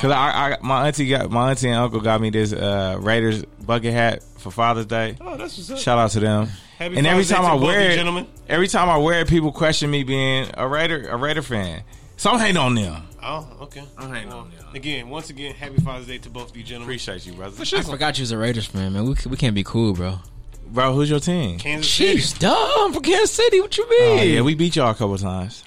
Cause I, I my auntie got my auntie and uncle got me this uh Raiders bucket hat for Father's Day. oh, that's what's up. Shout out to them. Happy and every Father's Day time to I both you wear it, gentlemen. every time I wear it, people question me being a Raider a Raider fan. So I'm hating on them. Oh, okay. I'm hating Well, on y'all. again, once again, happy Father's Day to both of you gentlemen. Appreciate you, brother. I forgot you was a Raiders fan, man. We, c- we can't be cool, bro. Bro, who's your team? Kansas City. Chiefs, dumb for Kansas City. What you mean? Oh, yeah, we beat y'all a couple times.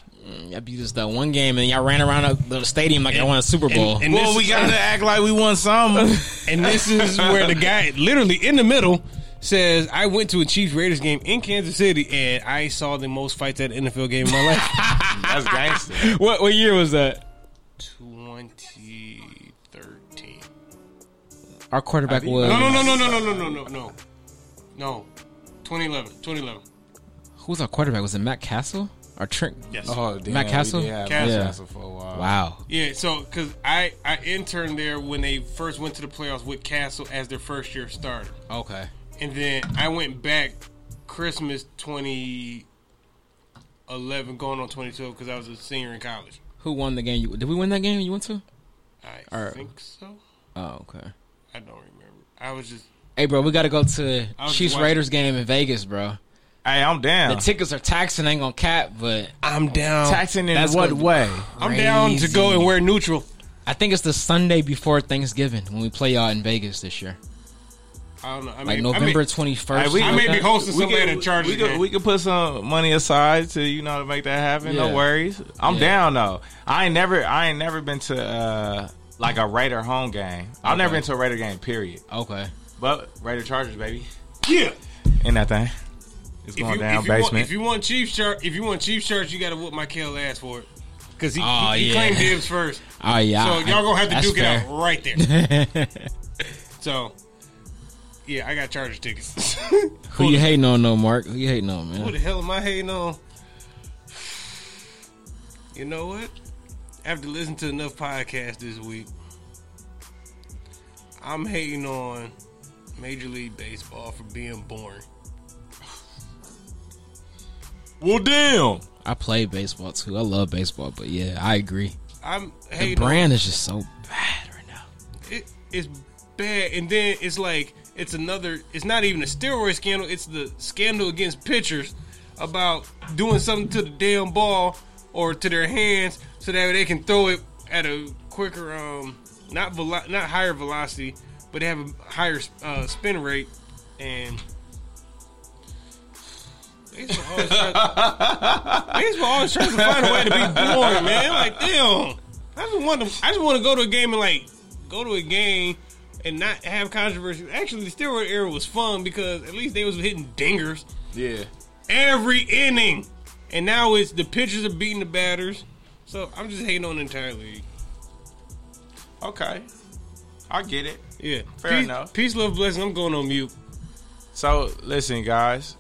Y'all beat us that one game, and y'all ran around the stadium like y'all won a Super Bowl. And well, this- we gotta act like we won some. And this is where the guy, literally in the middle, says, "I went to a Chiefs Raiders game in Kansas City, and I saw the most fights at an NFL game in my life." That's gangster. what what year was that? Twenty thirteen. Our quarterback was No, no, no, no, no, no, no, no, no, no, no. 2011, 2011. who was our quarterback? Was it Matt Castle or Trent? Yes. Oh, damn, Matt we Castle? did have Castle. Matt Castle for a while. Wow. Uh-huh. Yeah, so because I I interned there when they first went to the playoffs with Castle as their first year starter, Okay. and then I went back Christmas twenty eleven, going on twenty twelve because I was a senior in college. Who won the game? You, did we win that game? You went to? I Alright. think so. Oh, okay. I don't remember. I was just Hey, bro, we got to go to I was Chiefs watching- Raiders game in Vegas, bro. Hey, I'm down. The tickets are taxing, ain't gonna cap, but I'm down. Taxing in That's what gonna be- way? I'm down to go and wear neutral. I think it's the Sunday before Thanksgiving when we play y'all in Vegas this year, I don't know. I mean, like I November mean, twenty first. Hey, we- I may be hosting We somebody could- at a Chargers we could, game. we could put some money aside to you know to make that happen. Yeah. No worries. I'm Yeah. down though. I ain't never I ain't never been to uh like a Raider home game. I've never Okay. been to a Raider game. Period. okay. But Raider Chargers, baby, yeah. in that thing. It's If going you, down if you want, basement. if you want Chiefs shirt, if you want Chiefs shirts, you got to whoop my Kale ass for it because he, Aw, he, he Oh, yeah. claimed dibs first. Oh yeah. So I- y'all gonna have to that's duke fair. it out right there. so yeah, I got Chargers tickets. Who you hating on, no Mark? Who you hating on, Who man? the hell am I hating on? You know what? After listening to enough podcasts this week, I'm hating on Major League Baseball for being boring. well, damn. I play baseball too. I love baseball, but yeah, I agree. I'm The hating on brand is just so bad right now. it, it's bad, and then it's like It's another. It's not even a steroid scandal. It's the scandal against pitchers about doing something to the damn ball or to their hands so that they can throw it at a quicker, um, not velo- not higher velocity, but they have a higher uh, spin rate and. Baseball always, tries, baseball always tries to find a way to be boring, man. Like, damn. I just want to. I just want to go to a game and like go to a game and not have controversy. Actually, the steroid era was fun because at least they was hitting dingers Yeah. every inning, and now it's the pitchers are beating the batters. So I'm just hating on the entire league. Okay. I get it. Yeah, Fair peace, enough. Peace, love, blessing. I'm going on mute. So listen, guys.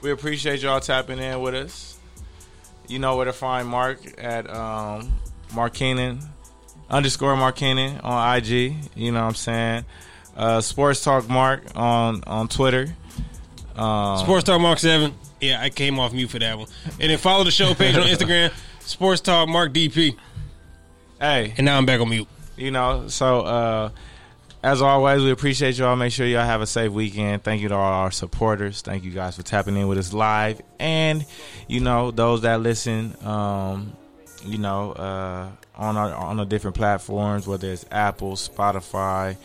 We appreciate y'all tapping in with us. You know where to find Mark at um Markkanen underscore Markkanen on IG. You know what I'm saying? Uh Sports Talk Mark on on Twitter. Um, Sports Talk Mark Seven. Yeah, I came off mute for that one. And then follow the show page on Instagram, Sports Talk Mark DP. hey, And now I'm back on mute. you know, so uh as always, we appreciate y'all. Make sure y'all have a safe weekend. Thank you to all our supporters. Thank you guys for tapping in with us live. And, you know, those that listen, um, you know, uh, on our on the different platforms, whether it's Apple, Spotify,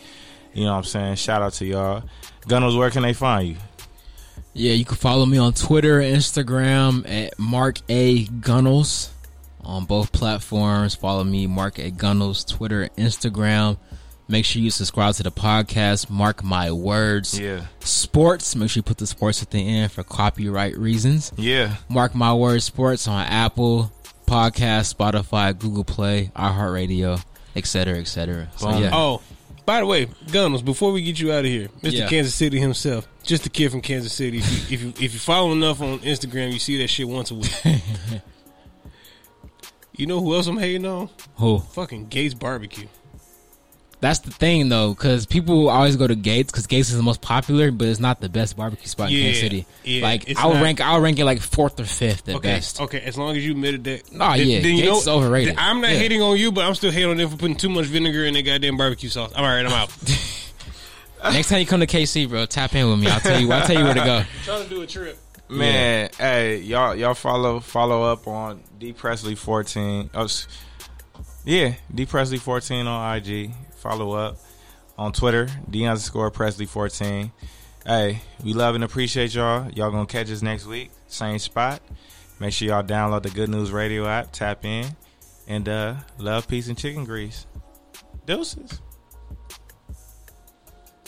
you know what I'm saying? Shout out to y'all. Gunnels, where can they find you? Yeah, you can follow me on Twitter and Instagram at Mark A Gunnels on both platforms. Follow me, Mark A Gunnels, Twitter, and Instagram. Make sure you subscribe to the podcast. Mark my words. Yeah. Sports. Make sure you put the sports at the end for copyright reasons. Yeah. Mark my words. Sports on Apple Podcast, Spotify, Google Play, iHeartRadio, etc., etc. So Boom. yeah, Oh, by the way, Gunnels, before we get you out of here, Mr. Yeah. Kansas City himself, just a kid from Kansas City. If you, if you if you follow enough on Instagram, you see that shit once a week. you know who else I'm hating on? who? Fucking Gates Barbecue. That's the thing though, because people always go to Gates because Gates is the most popular, but it's not the best barbecue spot in Kansas Yeah, City. yeah, like it's I'll not- rank, I'll rank it like fourth or fifth at Okay, best. okay. As long as you admitted that, Nah, yeah, Gates is overrated. I'm not Yeah. hating on you, but I'm still hating on them for putting too much vinegar in their goddamn barbecue sauce. I'm all right. I'm out. Next time you come to KC, bro, tap in with me. I'll tell you, I'll tell you where to go. trying to do a trip. Man, hey, y'all y'all follow follow up on D Presley 14. Oh, s- yeah, D Presley 14 on IG. Follow up on Twitter, D underscore Presley 14. Hey, we love and appreciate y'all. Y'all gonna catch us next week, same spot. Make sure y'all download the Good News Radio app, tap in, and uh love, peace, and chicken grease. Deuces.